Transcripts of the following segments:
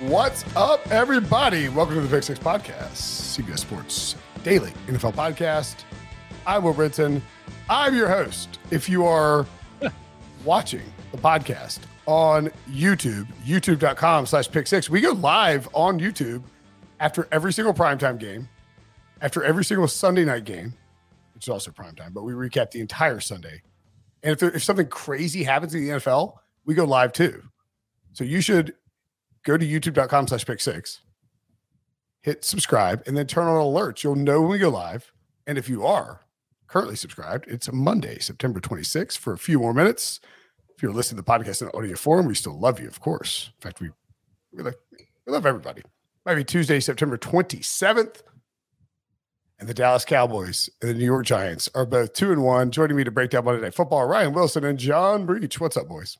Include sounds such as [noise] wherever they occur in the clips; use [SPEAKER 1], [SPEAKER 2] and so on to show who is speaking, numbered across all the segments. [SPEAKER 1] What's up, everybody? Welcome to the Pick Six Podcast, CBS Sports Daily NFL Podcast. I'm Will Brinson. I'm your host. If you are watching the podcast on YouTube, youtube.com slash pick six, we go live on YouTube after every single primetime game, after every single Sunday night game, which is also primetime, but we recap the entire Sunday. And if, there, if something crazy happens in the NFL, we go live too. So you should go to youtube.com slash pick six, hit subscribe, and then turn on alerts. You'll know when we go live. And if you are currently subscribed, it's Monday, September 26th for a few more minutes. If you're listening to the podcast in audio form, we still love you, of course. In fact, we, we, like, we love everybody. Might be Tuesday, September 27th. And the Dallas Cowboys and the New York Giants are both two and one. Joining me to break down Monday Night Football, Ryan Wilson and John Breach. What's up, boys?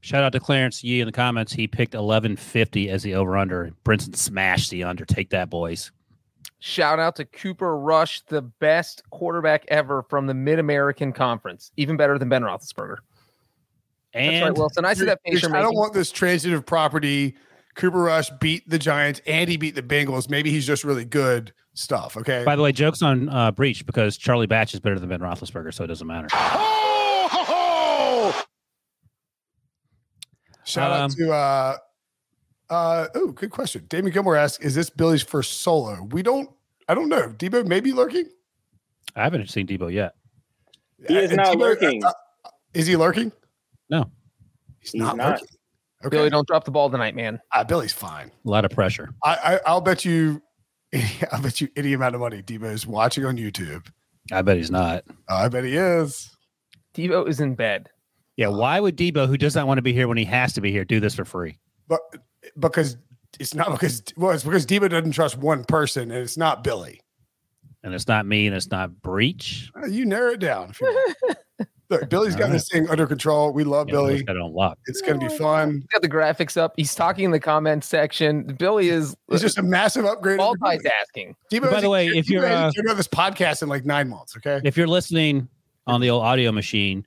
[SPEAKER 2] Shout out to Clarence Yee in the comments. He picked 1150 as the over under. Brinson smashed the under. Take that, boys.
[SPEAKER 3] Shout out to Cooper Rush, the best quarterback ever from the Mid American Conference, even better than Ben Roethlisberger.
[SPEAKER 2] And
[SPEAKER 3] That's right, Wilson. I see
[SPEAKER 1] You're-
[SPEAKER 3] that face
[SPEAKER 1] you're-
[SPEAKER 3] you're
[SPEAKER 1] I don't
[SPEAKER 3] making.
[SPEAKER 1] want this transitive property. Cooper Rush beat the Giants and he beat the Bengals. Maybe he's just really good stuff. Okay.
[SPEAKER 2] by the way, jokes on uh, Breach because Charlie Batch is better than Ben Roethlisberger, so it doesn't matter.
[SPEAKER 1] Oh, ho, ho! Shout
[SPEAKER 2] Um,
[SPEAKER 1] out to uh uh oh, good question. Damon Gilmore asks, is this Billy's first solo? We don't I don't know. Debo may be lurking.
[SPEAKER 2] I haven't seen Debo yet.
[SPEAKER 4] He is
[SPEAKER 1] Uh,
[SPEAKER 4] not
[SPEAKER 1] Debo-
[SPEAKER 4] lurking.
[SPEAKER 1] uh, uh, is he lurking?
[SPEAKER 2] No.
[SPEAKER 1] He's,
[SPEAKER 4] He's
[SPEAKER 1] not,
[SPEAKER 4] not.
[SPEAKER 1] lurking. Okay.
[SPEAKER 3] Billy, don't drop the ball tonight, man.
[SPEAKER 1] Uh, Billy's fine.
[SPEAKER 2] A lot of pressure.
[SPEAKER 1] I, I I'll bet you [laughs] I'll bet you any amount of money Debo's watching on YouTube.
[SPEAKER 2] I bet he's not.
[SPEAKER 1] I bet he is.
[SPEAKER 3] Devo is in bed.
[SPEAKER 2] Yeah. Why would Debo, who does not want to be here when he has to be here, do this for free?
[SPEAKER 1] But because it's not because well, it's because Debo doesn't trust one person and it's not Billy.
[SPEAKER 2] And it's not me and it's not Breach.
[SPEAKER 1] Uh, You narrow it down. If you want. Look, Billy's got
[SPEAKER 2] All
[SPEAKER 1] this thing under control. We love
[SPEAKER 2] Yeah,
[SPEAKER 1] Billy.
[SPEAKER 2] Got it unlocked.
[SPEAKER 1] It's going to be fun.
[SPEAKER 3] He's got the graphics up. He's talking in the comment section.
[SPEAKER 1] [laughs]
[SPEAKER 3] Billy is
[SPEAKER 1] It's just a massive upgrade. over Debo.
[SPEAKER 3] multitasking.
[SPEAKER 1] Debo
[SPEAKER 2] By the
[SPEAKER 1] hasn't-
[SPEAKER 2] way, if
[SPEAKER 1] Debo
[SPEAKER 2] you're,
[SPEAKER 1] hasn't
[SPEAKER 2] uh,
[SPEAKER 1] figured out this podcast in like nine months, okay?
[SPEAKER 2] if you're listening on the old audio machine,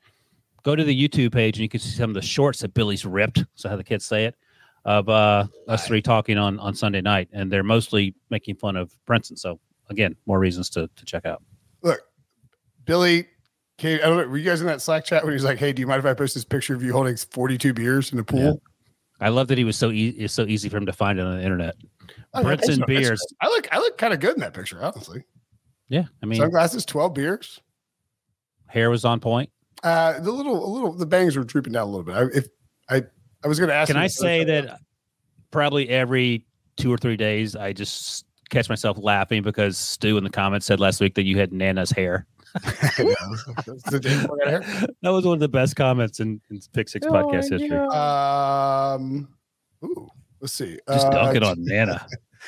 [SPEAKER 2] go to the YouTube page and you can see some of the shorts that Billy's ripped. So how the kids say it of uh, us three talking on on Sunday night, and they're mostly making fun of Brinson. So again, more reasons to to check out.
[SPEAKER 1] Billy came. I don't know. Were you guys in that Slack chat when he was like, "Hey, do you mind if I post this picture of you holding 42 beers in the pool?"
[SPEAKER 2] I love that he was so e- it's so easy for him to find it on the internet.
[SPEAKER 1] I like
[SPEAKER 2] Brinson
[SPEAKER 1] that picture.
[SPEAKER 2] beers.
[SPEAKER 1] I look. I look kind of good in that picture, honestly.
[SPEAKER 2] Yeah, I mean,
[SPEAKER 1] Sunglasses, 12 beers.
[SPEAKER 2] hair was on point.
[SPEAKER 1] Uh, the little, a little, the bangs were drooping down a little bit. I, if I, I was going to ask.
[SPEAKER 2] Can
[SPEAKER 1] him
[SPEAKER 2] I
[SPEAKER 1] if-
[SPEAKER 2] say that probably every two or three days I just catch myself laughing because Stu in the comments said last week that you had Nana's hair.
[SPEAKER 1] The day before I got here?
[SPEAKER 2] [laughs] That was one of the best comments in, in Pick Six podcast history.
[SPEAKER 1] Oh, Um, ooh, let's see.
[SPEAKER 2] Just
[SPEAKER 1] Uh,
[SPEAKER 2] dunk it on Nana.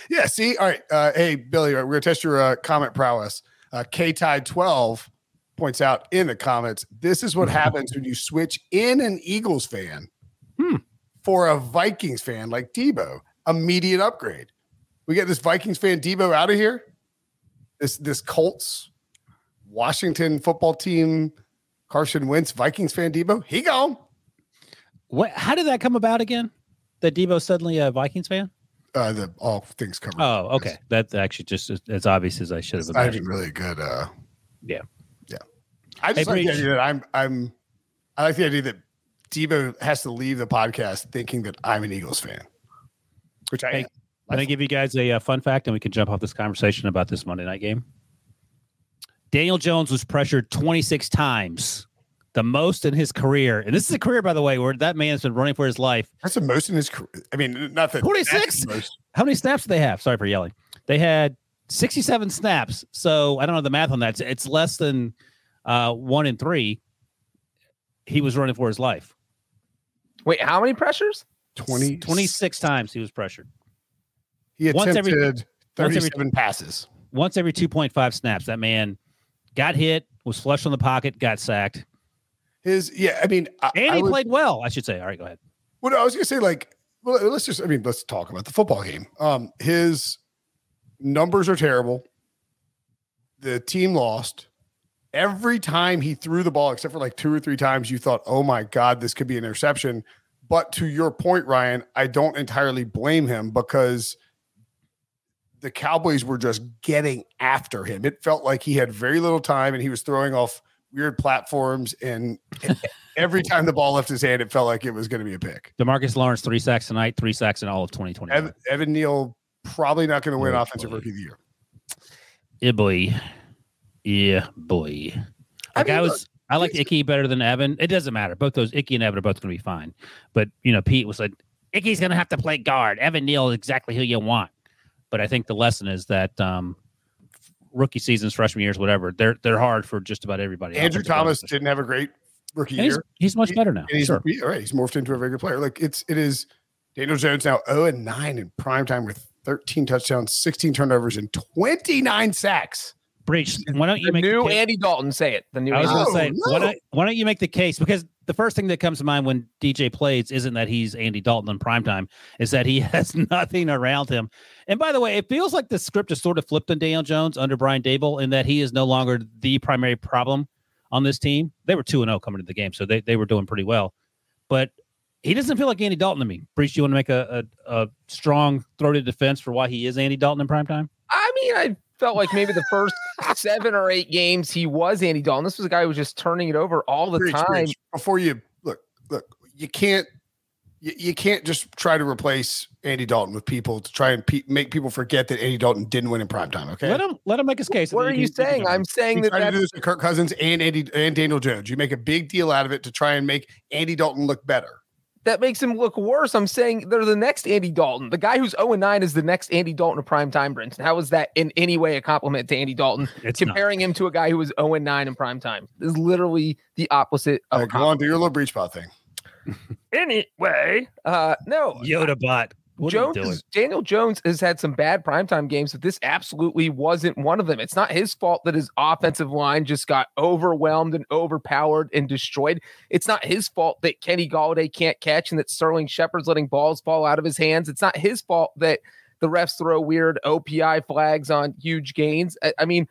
[SPEAKER 1] Yeah. See. All right. Uh, hey, Billy. Right, we're gonna test your uh, comment prowess. Uh, K Tide Twelve points out in the comments. This is what happens when you switch in an Eagles fan
[SPEAKER 2] Hmm.
[SPEAKER 1] for a Vikings fan like Debo. Immediate upgrade. We get this Vikings fan Debo out of here. This this Colts Washington football team. Carson Wentz, Vikings fan Debo, he gone.
[SPEAKER 2] [laughs] What? How did that come about again? That Debo suddenly a Vikings fan?
[SPEAKER 1] Uh, the all things covered.
[SPEAKER 2] Oh, okay. That's actually just as, as obvious as I should have
[SPEAKER 1] It's not even
[SPEAKER 2] imagined.
[SPEAKER 1] really a good. Uh,
[SPEAKER 2] Yeah.
[SPEAKER 1] I just
[SPEAKER 2] Hey,
[SPEAKER 1] like the
[SPEAKER 2] Breach.
[SPEAKER 1] idea that I'm I'm I like the idea that Debo has to leave the podcast thinking that I'm an Eagles fan, which I
[SPEAKER 2] Hey,
[SPEAKER 1] am.
[SPEAKER 2] I'm going to give you guys a, uh fun fact, and we can jump off this conversation about this Monday night game. Daniel Jones was pressured 26 times, the most in his career. And this is a career, by the way, where that man's been running for his life.
[SPEAKER 1] that's the most in his career. I mean, not that
[SPEAKER 2] 26?
[SPEAKER 1] that's the most.
[SPEAKER 2] How many snaps did they have? Sorry for yelling. They had 67 snaps. So I don't know the math on that. It's, it's less than uh, one in three. He was running for his life.
[SPEAKER 3] Wait, how many pressures?
[SPEAKER 1] 20,
[SPEAKER 2] 26 times he was pressured.
[SPEAKER 1] He
[SPEAKER 2] Once
[SPEAKER 1] attempted
[SPEAKER 2] every- once every-
[SPEAKER 1] 37 passes.
[SPEAKER 2] once every 2.5 snaps, that man got hit, was flushed on the pocket, got sacked,
[SPEAKER 1] His yeah, I mean, I,
[SPEAKER 2] and
[SPEAKER 1] I
[SPEAKER 2] he
[SPEAKER 1] would-
[SPEAKER 2] played well, I should say. All right, go ahead.
[SPEAKER 1] Well, I was gonna say, like, well, let's just, I mean, let's talk about the football game. Um, his numbers are terrible. The team lost. Every time he threw the ball, except for like two or three times, you thought, oh my God, this could be an interception. But to your point, Ryan, I don't entirely blame him because the Cowboys were just getting after him. It felt like he had very little time and he was throwing off weird platforms. And [laughs] every time the ball left his hand, it felt like it was going to be a pick.
[SPEAKER 2] Demarcus Lawrence, three sacks tonight, three sacks in all of 2020.
[SPEAKER 1] Evan, Evan Neal probably not going to win
[SPEAKER 2] Oh,
[SPEAKER 1] offensive
[SPEAKER 2] boy.
[SPEAKER 1] rookie of the year.
[SPEAKER 2] yeah, boy. Yeah, boy.
[SPEAKER 1] I
[SPEAKER 2] Like I,
[SPEAKER 1] mean,
[SPEAKER 2] was,
[SPEAKER 1] look,
[SPEAKER 2] I liked Icky better than Evan. It doesn't matter. Both those Icky and Evan are both going to be fine. But, you know, Pete was like, Icky's going to have to play guard. Evan Neal is exactly who you want. But I think the lesson is that, um, Rookie seasons, freshman years, whatever, they're they're hard for just about everybody.
[SPEAKER 1] Andrew
[SPEAKER 2] Offensive line,
[SPEAKER 1] Thomas
[SPEAKER 2] especially.
[SPEAKER 1] didn't have a great rookie
[SPEAKER 2] And he's,
[SPEAKER 1] year.
[SPEAKER 2] he's much
[SPEAKER 1] He-
[SPEAKER 2] better now.
[SPEAKER 1] And he's,
[SPEAKER 2] Sure.
[SPEAKER 1] he- all right, he's morphed into a very good player. Like it's it is Daniel Jones now 0 and 9 in prime time with 13 touchdowns, 16 turnovers, and 29 sacks.
[SPEAKER 2] Breach, why don't you
[SPEAKER 3] The
[SPEAKER 2] make the
[SPEAKER 3] new
[SPEAKER 2] case-
[SPEAKER 3] Andy Dalton, say it. The new
[SPEAKER 2] I was
[SPEAKER 3] Andy
[SPEAKER 2] going
[SPEAKER 1] No,
[SPEAKER 2] to say, why,
[SPEAKER 1] no.
[SPEAKER 2] don't, why don't you make the case? Because the first thing that comes to mind when DJ plays isn't that he's Andy Dalton on primetime, is that he [laughs] has nothing around him. And by the way, it feels like the script is sort of flipped on Daniel Jones under Brian Dable in that he is no longer the primary problem on this team. They were 2 and 0 coming into the game, so they, they were doing pretty well. But he doesn't feel like Andy Dalton to me. Breach, you want to make a, a, a strong throated defense for why he is Andy Dalton in primetime?
[SPEAKER 3] I mean, I felt like maybe the first [laughs] seven or eight games he was Andy Dalton. This was a guy who was just turning it over all the
[SPEAKER 1] Preach,
[SPEAKER 3] time.
[SPEAKER 1] preach. Before you look, look, you can't you, you can't just try to replace Andy Dalton with people to try and pe- make people forget that Andy Dalton didn't win in prime time. Okay.
[SPEAKER 2] Let him let him make his case. and
[SPEAKER 3] What
[SPEAKER 2] then
[SPEAKER 3] are you
[SPEAKER 2] can- can
[SPEAKER 3] saying?
[SPEAKER 2] judge him.
[SPEAKER 3] I'm saying
[SPEAKER 1] You
[SPEAKER 3] that
[SPEAKER 1] try to
[SPEAKER 3] that's
[SPEAKER 1] do this to Kirk Cousins and Andy and Daniel Jones. You make a big deal out of it to try and make Andy Dalton look better.
[SPEAKER 3] that makes him look worse. I'm saying they're the next Andy Dalton. The guy who's 0 9 is the next Andy Dalton of prime time, Brinson. How is that in any way a compliment to Andy Dalton?
[SPEAKER 2] It's not.
[SPEAKER 3] Comparing him to a guy who was 0 9 in prime time is literally the opposite of
[SPEAKER 1] Uh,
[SPEAKER 3] a
[SPEAKER 1] go on, do your little breach bot thing.
[SPEAKER 3] compliment. anyway. Uh, no,
[SPEAKER 2] Yoda bot. What are you
[SPEAKER 3] Jones,
[SPEAKER 2] doing?
[SPEAKER 3] is- Daniel Jones has had some bad primetime games, but this absolutely wasn't one of them. It's not his fault that his offensive line just got overwhelmed and overpowered and destroyed. It's not his fault that Kenny Galladay can't catch and that Sterling Shepard's letting balls fall out of his hands. It's not his fault that the refs throw weird OPI flags on huge gains. I, I mean,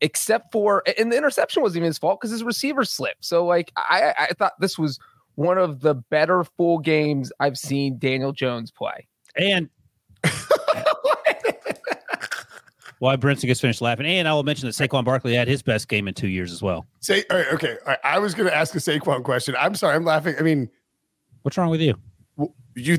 [SPEAKER 3] except for and the interception wasn't even his fault because his receiver slipped. So like I, I thought this was one of the better full games I've seen Daniel Jones play.
[SPEAKER 2] And why Brinson gets finished laughing. And I will mention that Saquon Barkley had his best game in two years as well.
[SPEAKER 1] Say all right, okay. all right, I was going to ask a Saquon question. I'm sorry, I'm laughing. I mean,
[SPEAKER 2] What's wrong with you?
[SPEAKER 1] w- you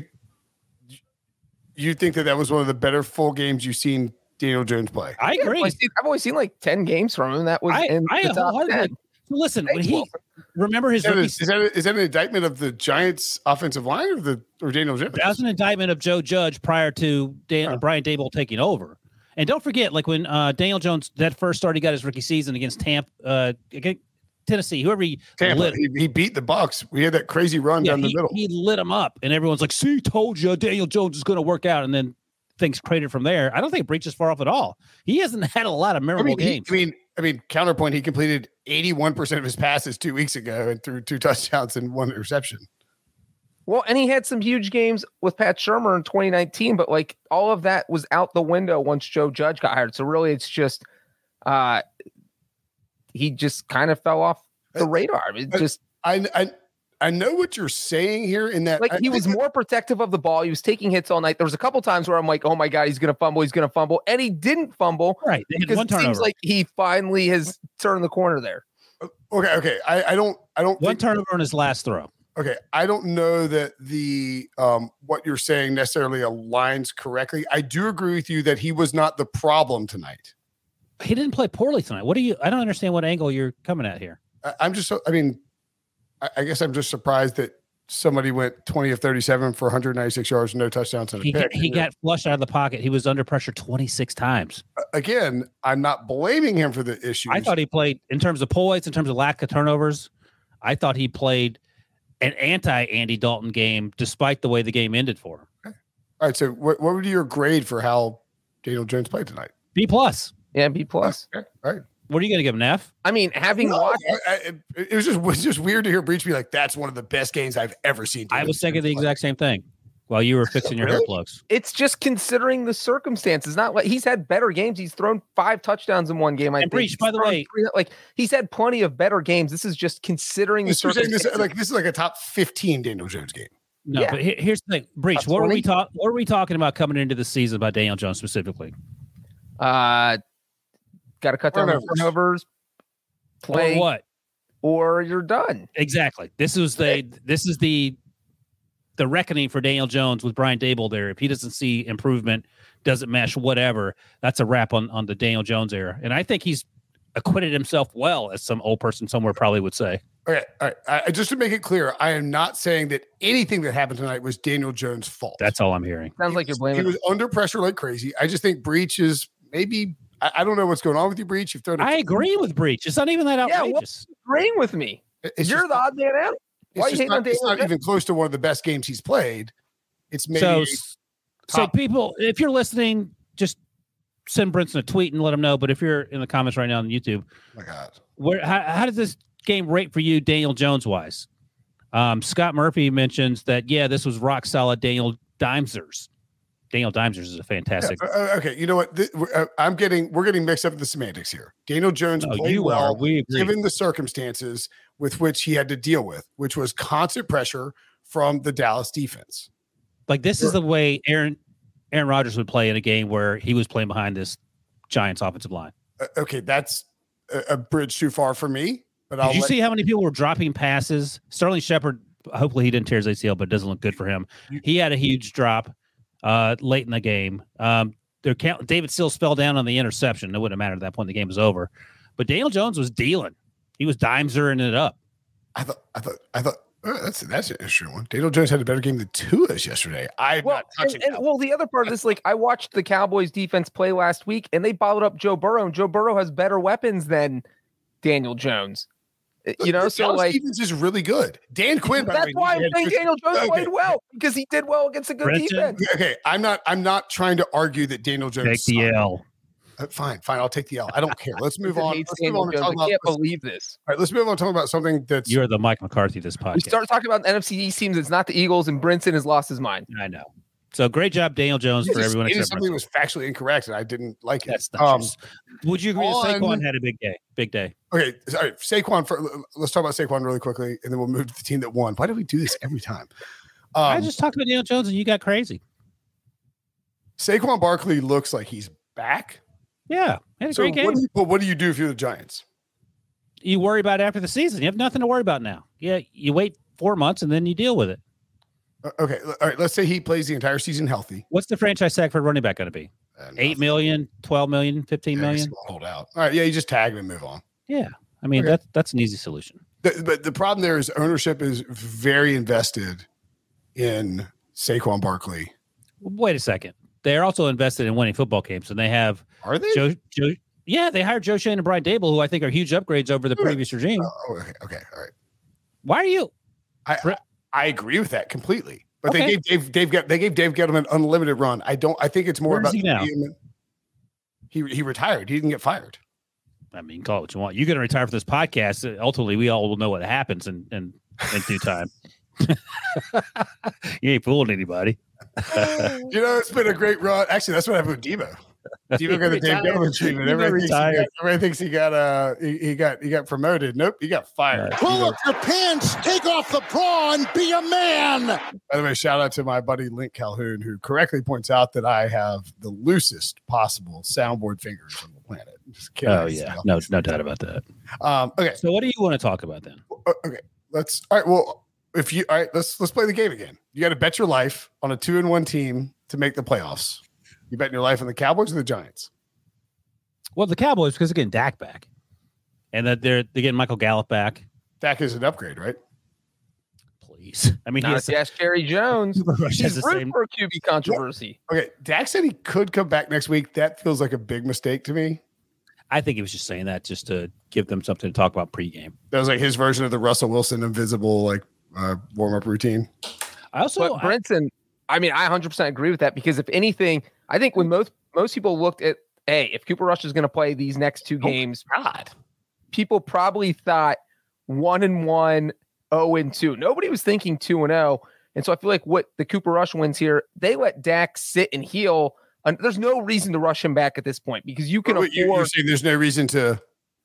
[SPEAKER 1] you think that that was one of the better full games you've seen Daniel Jones play?
[SPEAKER 2] I
[SPEAKER 3] Yeah,
[SPEAKER 2] agree.
[SPEAKER 3] I've, seen- I've only seen like 10 games from him. That was
[SPEAKER 2] I,
[SPEAKER 3] in
[SPEAKER 2] I
[SPEAKER 3] the top 10.
[SPEAKER 2] wholeheartedly listen when he
[SPEAKER 3] Thanks,
[SPEAKER 2] remember his
[SPEAKER 1] Is that, a,
[SPEAKER 2] rookie
[SPEAKER 1] is, that a- is that an indictment of the Giants' offensive line or the or Daniel Jones?
[SPEAKER 2] That was an indictment of Joe Judge prior to Dan,
[SPEAKER 1] Huh.
[SPEAKER 2] Brian Dable taking over. And don't forget, like when uh, Daniel Jones that first start he got his rookie season against Tampa, uh, against Tennessee, whoever he
[SPEAKER 1] Tampa.
[SPEAKER 2] lit,
[SPEAKER 1] He, he beat the Bucks. We had that crazy run
[SPEAKER 2] yeah,
[SPEAKER 1] down the
[SPEAKER 2] he,
[SPEAKER 1] middle.
[SPEAKER 2] he lit him up, and everyone's like, "See, told you, Daniel Jones is going to work out," and then things cratered from there. I don't think Breach is far off at all. He hasn't had a lot of
[SPEAKER 1] I
[SPEAKER 2] memorable
[SPEAKER 1] mean, he-
[SPEAKER 2] games.
[SPEAKER 1] I mean, I mean, counterpoint. He completed eighty-one percent of his passes two weeks ago and threw two touchdowns and one interception.
[SPEAKER 3] Well, and he had some huge games with Pat Shermer in 2019, but like all of that was out the window once Joe Judge got hired. So really, it's just uh he just kind of fell off the radar. It
[SPEAKER 1] Uh,
[SPEAKER 3] just
[SPEAKER 1] I, I, I know what you're saying here. In that,
[SPEAKER 3] like
[SPEAKER 1] I
[SPEAKER 3] he was
[SPEAKER 1] think
[SPEAKER 3] more protective of the ball. He was taking hits all night. There was a couple times where I'm like, oh my god, he's gonna fumble, he's gonna fumble, and he didn't fumble.
[SPEAKER 2] right, they had
[SPEAKER 3] because
[SPEAKER 2] one
[SPEAKER 3] it seems
[SPEAKER 2] turnover.
[SPEAKER 3] like he finally has turned the corner there.
[SPEAKER 1] Okay, okay. I, I don't I don't
[SPEAKER 2] One
[SPEAKER 1] think-
[SPEAKER 2] turnover on his last throw.
[SPEAKER 1] okay. I don't know that the um what you're saying necessarily aligns correctly. I do agree with you that he was not the problem tonight.
[SPEAKER 2] He didn't play poorly tonight. What do you? I don't understand what angle you're coming at here.
[SPEAKER 1] I, I'm just so- I mean, I, I guess I'm just surprised that somebody went 20 of 37 for 196 yards, no touchdowns and a
[SPEAKER 2] He
[SPEAKER 1] pick.
[SPEAKER 2] got, he got flushed out of the pocket. He was under pressure 26 times.
[SPEAKER 1] Again, I'm not blaming him for the issues.
[SPEAKER 2] I thought he played in terms of poise, in terms of lack of turnovers. I thought he played an anti Andy Dalton game, despite the way the game ended for
[SPEAKER 1] All
[SPEAKER 2] him.
[SPEAKER 1] right, so what, what would be your grade for how Daniel Jones played tonight?
[SPEAKER 2] B plus.
[SPEAKER 3] Yeah, B plus.
[SPEAKER 1] Okay, all right.
[SPEAKER 2] What are you going to give him an F?
[SPEAKER 3] I mean, having
[SPEAKER 1] No,
[SPEAKER 3] watched
[SPEAKER 1] I- I- it, it was just it was just weird to hear Breach be like, "That's one of the best games I've ever seen."
[SPEAKER 2] I
[SPEAKER 1] Daniel
[SPEAKER 2] was thinking
[SPEAKER 1] Jones
[SPEAKER 2] the
[SPEAKER 1] play."
[SPEAKER 2] exact same thing while you were fixing your
[SPEAKER 1] Really?
[SPEAKER 2] earplugs.
[SPEAKER 3] it's just considering the circumstances. Not like he's had better games. He's thrown five touchdowns in one game. I
[SPEAKER 2] And
[SPEAKER 3] think.
[SPEAKER 2] Breach,
[SPEAKER 3] He's
[SPEAKER 2] by the
[SPEAKER 3] thrown
[SPEAKER 2] way-
[SPEAKER 3] three- like he's had plenty of better games. This is just considering the
[SPEAKER 1] This, you're saying
[SPEAKER 3] circumstances.
[SPEAKER 1] this, like this is like a top fifteen Daniel Jones game.
[SPEAKER 2] No,
[SPEAKER 3] Yeah.
[SPEAKER 2] but he- here's the thing, breach.
[SPEAKER 3] Top
[SPEAKER 2] What are
[SPEAKER 3] 20?
[SPEAKER 2] we talking? What are we talking about coming into the season about Daniel Jones specifically?
[SPEAKER 3] uh, got to cut down on
[SPEAKER 1] Turnovers.
[SPEAKER 3] turnovers,
[SPEAKER 2] Or
[SPEAKER 3] play,
[SPEAKER 2] what
[SPEAKER 3] or you're done.
[SPEAKER 2] exactly? This is the this is the the reckoning for Daniel Jones with Brian Dable there. If he doesn't see improvement, doesn't mesh, whatever, that's a wrap on on the Daniel Jones era. And I think he's acquitted himself well, as some old person somewhere probably would say.
[SPEAKER 1] Okay, all right. I, I- just to make it clear, I am not saying that anything that happened tonight was Daniel Jones' fault.
[SPEAKER 2] That's all I'm hearing.
[SPEAKER 3] Sounds
[SPEAKER 1] He
[SPEAKER 3] like you're
[SPEAKER 1] was- He
[SPEAKER 3] blaming.
[SPEAKER 1] was under pressure like crazy. I just think Breach is maybe. I, I don't know what's going on with you, Breach. You've thrown. a-
[SPEAKER 2] I agree with breach. It's not even that
[SPEAKER 3] Yeah, what-
[SPEAKER 2] outrageous.
[SPEAKER 3] agreeing with me.
[SPEAKER 1] it's
[SPEAKER 3] you're
[SPEAKER 1] just-
[SPEAKER 3] the odd man out.
[SPEAKER 1] it's
[SPEAKER 3] why you
[SPEAKER 1] just
[SPEAKER 3] hating on
[SPEAKER 1] not, it's
[SPEAKER 3] Daniel
[SPEAKER 1] not
[SPEAKER 3] Jones?
[SPEAKER 1] even close to one of the best games he's played. It's maybe
[SPEAKER 2] so
[SPEAKER 1] a
[SPEAKER 2] so
[SPEAKER 1] top-
[SPEAKER 2] people if you're listening just send brinson a tweet and let him know but if you're in the comments right now on youtube
[SPEAKER 1] oh my God.
[SPEAKER 2] where how, how does this game rate for you daniel jones wise um, scott murphy mentions that yeah this was rock solid daniel dimesers daniel dimesers is a fantastic
[SPEAKER 1] Yeah, uh, uh, okay, you know what? Th- we're- uh, I'm getting we're getting mixed up in the semantics here. Daniel Jones
[SPEAKER 2] No,
[SPEAKER 1] played
[SPEAKER 2] Oh, you are
[SPEAKER 1] well
[SPEAKER 2] we agree
[SPEAKER 1] given the circumstances with which he had to deal with, which was constant pressure from the Dallas defense.
[SPEAKER 2] like this is the way aaron aaron rodgers would play in a game where he was playing behind this giants offensive line
[SPEAKER 1] Uh, okay, that's a, a bridge too far for me. But I'll
[SPEAKER 2] Did you
[SPEAKER 1] let
[SPEAKER 2] see how many people were dropping passes? Sterling Shepard, hopefully he didn't tear his ACL, but it doesn't look good for him. He had a huge drop uh, late in the game. Um, their count, David Sills fell down on the interception. It wouldn't have mattered at that point. The game was over. But Daniel Jones was dealing. He was dimesering it up.
[SPEAKER 1] I thought I thought I thought uh, that's that's an interesting one. Daniel Jones had a better game than Tua's yesterday. I'm
[SPEAKER 3] Well,
[SPEAKER 1] not
[SPEAKER 3] and,
[SPEAKER 1] touching.
[SPEAKER 3] and-
[SPEAKER 1] that.
[SPEAKER 3] well, the other part of this, like I watched the Cowboys defense play last week, and they bottled up Joe Burrow, and Joe Burrow has better weapons than Daniel Jones. Uh, You know,
[SPEAKER 1] The
[SPEAKER 3] so
[SPEAKER 1] Dallas
[SPEAKER 3] like
[SPEAKER 1] defense is really good. Dan Quinn. by the
[SPEAKER 3] that's
[SPEAKER 1] way,
[SPEAKER 3] why I'm
[SPEAKER 1] had
[SPEAKER 3] saying
[SPEAKER 1] Christian-
[SPEAKER 3] Daniel Jones
[SPEAKER 1] Okay.
[SPEAKER 3] played well because he did well against a good
[SPEAKER 2] Brenton,
[SPEAKER 3] defense.
[SPEAKER 1] Okay, Okay, I'm not. I'm not trying to argue that Daniel Jones.
[SPEAKER 2] Take the
[SPEAKER 1] sucked.
[SPEAKER 2] L.
[SPEAKER 1] Uh, fine, fine. I'll take the L. I don't care.
[SPEAKER 2] [laughs]
[SPEAKER 1] Let's move on.
[SPEAKER 3] Hates
[SPEAKER 1] Let's move
[SPEAKER 3] Daniel
[SPEAKER 1] on, to
[SPEAKER 3] Jones.
[SPEAKER 1] talk
[SPEAKER 3] I
[SPEAKER 1] about,
[SPEAKER 3] can't
[SPEAKER 1] let's,
[SPEAKER 3] believe this.
[SPEAKER 1] all right, let's move on to talk about something that's.
[SPEAKER 2] You're the Mike McCarthy of this podcast.
[SPEAKER 3] We started talking about the NFC East teams. It's not the Eagles, and Brinson has lost his mind.
[SPEAKER 2] I know. So great job, Daniel Jones,
[SPEAKER 1] it
[SPEAKER 2] for
[SPEAKER 1] is-
[SPEAKER 2] everyone
[SPEAKER 1] it is
[SPEAKER 2] except
[SPEAKER 1] something that
[SPEAKER 2] Brinson.
[SPEAKER 1] was factually incorrect, and I didn't like it.
[SPEAKER 2] That's not
[SPEAKER 1] um,
[SPEAKER 2] true. Would you agree that
[SPEAKER 1] on-
[SPEAKER 2] Saquon had a big day? Big day.
[SPEAKER 1] okay, all right. Saquon. For, let's talk about Saquon really quickly, and then we'll move to the team that won. Why do we do this every time?
[SPEAKER 2] I
[SPEAKER 1] Um,
[SPEAKER 2] just talked about Daniel Jones and you got crazy.
[SPEAKER 1] Saquon Barkley looks like he's back.
[SPEAKER 2] Yeah. Had a
[SPEAKER 1] So
[SPEAKER 2] great game.
[SPEAKER 1] what do you, but what do you do if you're the Giants?
[SPEAKER 2] you worry about after the season. You have nothing to worry about now. Yeah, you wait four months and then you deal with it.
[SPEAKER 1] Uh, Okay, l- all right. Let's say he plays the entire season healthy.
[SPEAKER 2] What's the franchise tag for running back going to be?
[SPEAKER 1] and
[SPEAKER 2] Eight million, twelve million, fifteen
[SPEAKER 1] yeah, he's
[SPEAKER 2] million.
[SPEAKER 1] gonna Hold out. All right. Yeah, you just tag him and move on.
[SPEAKER 2] I mean,
[SPEAKER 1] Okay.
[SPEAKER 2] that's that's an easy solution.
[SPEAKER 1] The, but the problem there is ownership is very invested in Saquon Barkley.
[SPEAKER 2] Wait a second. They're also invested in winning football games, and they have
[SPEAKER 1] Are they?
[SPEAKER 2] Joe. Joe yeah, they hired Joe Shane and Brian Dable, who I think are huge upgrades over the
[SPEAKER 1] Sure.
[SPEAKER 2] previous regime.
[SPEAKER 1] Oh, okay, okay, all right.
[SPEAKER 2] Why are you?
[SPEAKER 1] I, I
[SPEAKER 2] Br-
[SPEAKER 1] I agree with that completely. But
[SPEAKER 2] Okay.
[SPEAKER 1] they gave Dave, Dave Get- they gave Dave Gettleman an unlimited run. I don't. I think it's more
[SPEAKER 2] Where is
[SPEAKER 1] about
[SPEAKER 2] he now?
[SPEAKER 1] him- He he retired. He didn't get fired.
[SPEAKER 2] I mean, call it what you want. You're going to retire for this podcast. uh, Ultimately, we all will know what happens in in, in due time. [laughs] you ain't fooling anybody. [laughs]
[SPEAKER 1] you know, it's been a great run. Actually, that's what happened with Debo. Do you look at the Dave
[SPEAKER 4] retired.
[SPEAKER 1] Gettleman treatment?
[SPEAKER 2] He
[SPEAKER 1] Everybody thinks, he got,
[SPEAKER 2] retired.
[SPEAKER 1] everybody thinks he got uh he, he got he got promoted. Nope, he got fired.
[SPEAKER 4] Pull up your pants, take off the bra, and be a man.
[SPEAKER 1] By the way, shout out to my buddy Link Calhoun, who correctly points out that I have the loosest possible soundboard fingers on the planet. Just kidding.
[SPEAKER 2] Oh yeah, no, no doubt about that.
[SPEAKER 1] Um, okay,
[SPEAKER 2] So, what do you want to talk about then?
[SPEAKER 1] o- Oh, okay. Let's. All right. Well, if you all right, let's let's play the game again. You got to bet your life on a two and one team to make the playoffs. You betting your life on the Cowboys or the Giants?
[SPEAKER 2] Well, the Cowboys because they're getting Dak back, and that they're they're getting Michael Gallup back.
[SPEAKER 1] Dak is an upgrade, right?
[SPEAKER 2] Please, I mean, he
[SPEAKER 3] Not
[SPEAKER 2] has, [laughs]
[SPEAKER 3] if you ask
[SPEAKER 1] [laughs]
[SPEAKER 3] Jerry Jones.
[SPEAKER 2] he has
[SPEAKER 3] She's
[SPEAKER 2] the
[SPEAKER 3] root
[SPEAKER 2] same.
[SPEAKER 3] for QB controversy.
[SPEAKER 1] Okay, Dak said he could come back next week. That feels like a big mistake to me.
[SPEAKER 2] I think he was just saying that just to give them something to talk about pregame.
[SPEAKER 1] That was like his version of the Russell Wilson invisible like uh, warm up routine.
[SPEAKER 2] I also,
[SPEAKER 3] but Brinson, I mean, I 100% agree with that because if anything, I think when most most people looked at, hey, if Cooper Rush is going to play these next
[SPEAKER 2] Oh,
[SPEAKER 3] two games, God, people probably thought one and one, oh and two. Nobody was thinking two and oh. And so I feel like what the Cooper Rush wins here, they let Dak sit and heal. And there's no reason to rush him back at this point because you can
[SPEAKER 1] Wait, you,
[SPEAKER 3] afford
[SPEAKER 1] you're saying there's no reason to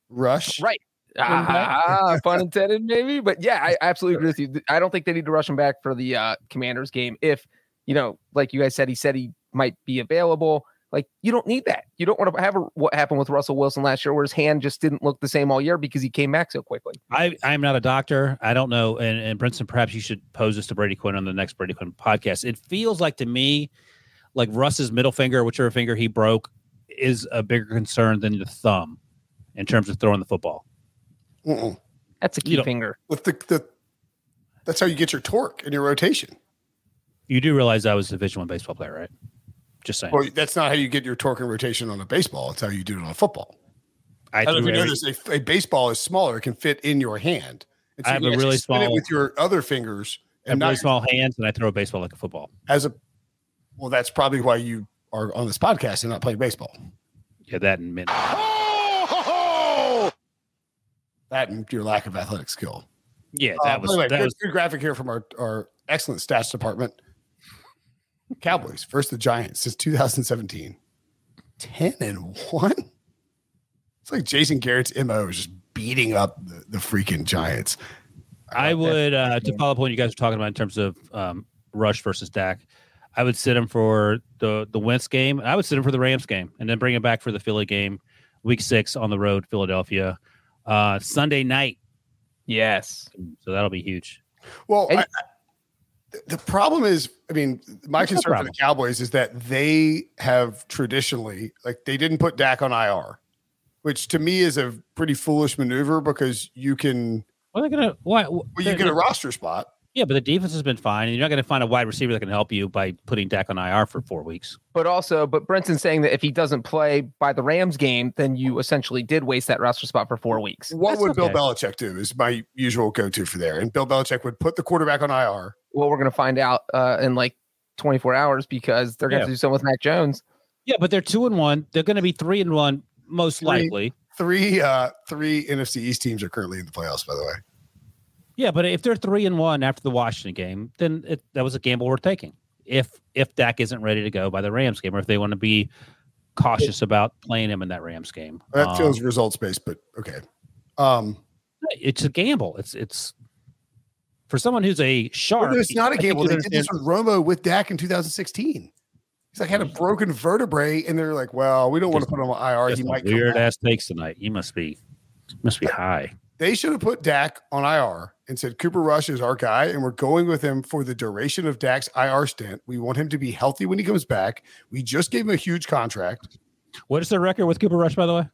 [SPEAKER 1] rush?
[SPEAKER 3] Right. Ah, pun intended, maybe. But yeah, I absolutely agree with you. Th- I don't think they need to rush him back for the uh, Commanders game. If you know, like you guys said, he said he might be available. Like you don't need that. You don't want to have a, what happened with Russell Wilson last year, where his hand just didn't look the same all year because he came back so quickly.
[SPEAKER 2] I, I'm not a doctor. I don't know. And, and Brinson, perhaps you should pose this to Brady Quinn on the next Brady Quinn podcast. It feels like to me, like Russ's middle finger, whichever finger he broke, is a bigger concern than the thumb in terms of throwing the football.
[SPEAKER 1] Mm-mm.
[SPEAKER 3] That's a key
[SPEAKER 2] You don't-
[SPEAKER 3] finger.
[SPEAKER 1] With the, the that's how you get your torque and your rotation.
[SPEAKER 2] You do realize I was a Division One baseball player, right? Just saying.
[SPEAKER 1] Well, that's not how you get your torque and rotation on a baseball. It's how you do it on a football.
[SPEAKER 2] I,
[SPEAKER 1] I don't know
[SPEAKER 2] threw
[SPEAKER 1] if you know
[SPEAKER 2] every-
[SPEAKER 1] this. A, a baseball is smaller; it can fit in your hand. And
[SPEAKER 2] I have
[SPEAKER 1] you
[SPEAKER 2] a
[SPEAKER 1] actually
[SPEAKER 2] really
[SPEAKER 1] spin it
[SPEAKER 2] small-
[SPEAKER 1] with your other fingers
[SPEAKER 2] I have
[SPEAKER 1] and not
[SPEAKER 2] really small hands, and I throw a baseball like a football.
[SPEAKER 1] as a. Well, that's probably why you are on this podcast and not playing baseball.
[SPEAKER 2] Yeah, that and mid.
[SPEAKER 4] Oh, ho, ho.
[SPEAKER 1] That and your lack of athletic skill.
[SPEAKER 2] Yeah,
[SPEAKER 1] Uh,
[SPEAKER 2] that
[SPEAKER 1] by
[SPEAKER 2] was
[SPEAKER 1] the way,
[SPEAKER 2] that
[SPEAKER 1] good,
[SPEAKER 2] was
[SPEAKER 1] good graphic here from our, our excellent stats department. Cowboys versus the Giants since 2017. 10 and 1. It's like Jason Garrett's MO is just beating up the, the freaking Giants.
[SPEAKER 2] I would uh, to follow up on what you guys were talking about in terms of um, Rush versus Dak. I would sit him for the the Wentz game. and I would sit him for the Rams game, and then bring him back for the Philly game, Week Six on the road, Philadelphia, uh, Sunday night.
[SPEAKER 3] Yes.
[SPEAKER 2] So that'll be huge.
[SPEAKER 1] Well,
[SPEAKER 3] And-
[SPEAKER 1] I, I- the problem is, I mean, my
[SPEAKER 2] What's the
[SPEAKER 1] concern for the
[SPEAKER 2] problem?
[SPEAKER 1] Cowboys is that they have traditionally, like, they didn't put Dak on IR, which to me is a pretty foolish maneuver because you can,
[SPEAKER 2] Well, they're gonna why? Well,
[SPEAKER 1] well, you get a roster spot.
[SPEAKER 2] yeah, but the defense has been fine, and you're not gonna find a wide receiver that can help you by putting Dak on IR for four weeks.
[SPEAKER 3] But also, but Brenton's saying that if he doesn't play by the Rams game, then you essentially did waste that roster spot for four weeks.
[SPEAKER 1] What
[SPEAKER 2] That's
[SPEAKER 1] would Bill
[SPEAKER 2] okay.
[SPEAKER 1] Belichick do? Is my usual go-to for there. And Bill Belichick would put the quarterback on IR.
[SPEAKER 3] Well, we're gonna find out uh, in like 24 hours because they're gonna have to do something with Mac Jones.
[SPEAKER 2] Yeah, but they're two and one. They're gonna be three and one most
[SPEAKER 1] Three.
[SPEAKER 2] likely.
[SPEAKER 1] Three, uh, three NFC East teams are currently in the playoffs. By the way,
[SPEAKER 2] Yeah, but if they're three and one after the Washington game, then it, that was a gamble worth taking. If if Dak isn't ready to go by the Rams game, or if they want to be cautious about playing him in that Rams game,
[SPEAKER 1] that
[SPEAKER 2] Um,
[SPEAKER 1] feels results-based, but okay. Um,
[SPEAKER 2] it's a gamble. It's it's for someone who's a
[SPEAKER 1] well,
[SPEAKER 2] sharp.
[SPEAKER 1] it's not a
[SPEAKER 2] I think
[SPEAKER 1] gamble.
[SPEAKER 2] you
[SPEAKER 1] They did this with Romo with Dak in 2016. He's like
[SPEAKER 2] Mm.
[SPEAKER 1] had a broken vertebrae, and they're like, "Well, we don't want to put him on IR. He
[SPEAKER 2] understand
[SPEAKER 1] might
[SPEAKER 2] some
[SPEAKER 1] come
[SPEAKER 2] weird
[SPEAKER 1] back.
[SPEAKER 2] ass takes tonight. You must be must be high.
[SPEAKER 1] They should have put Dak on IR and said Cooper Rush is our guy, and we're going with him for the duration of Dak's IR stint. We want him to be healthy when he comes back. We just gave him a huge contract.
[SPEAKER 2] What is their record with Cooper Rush, by the way?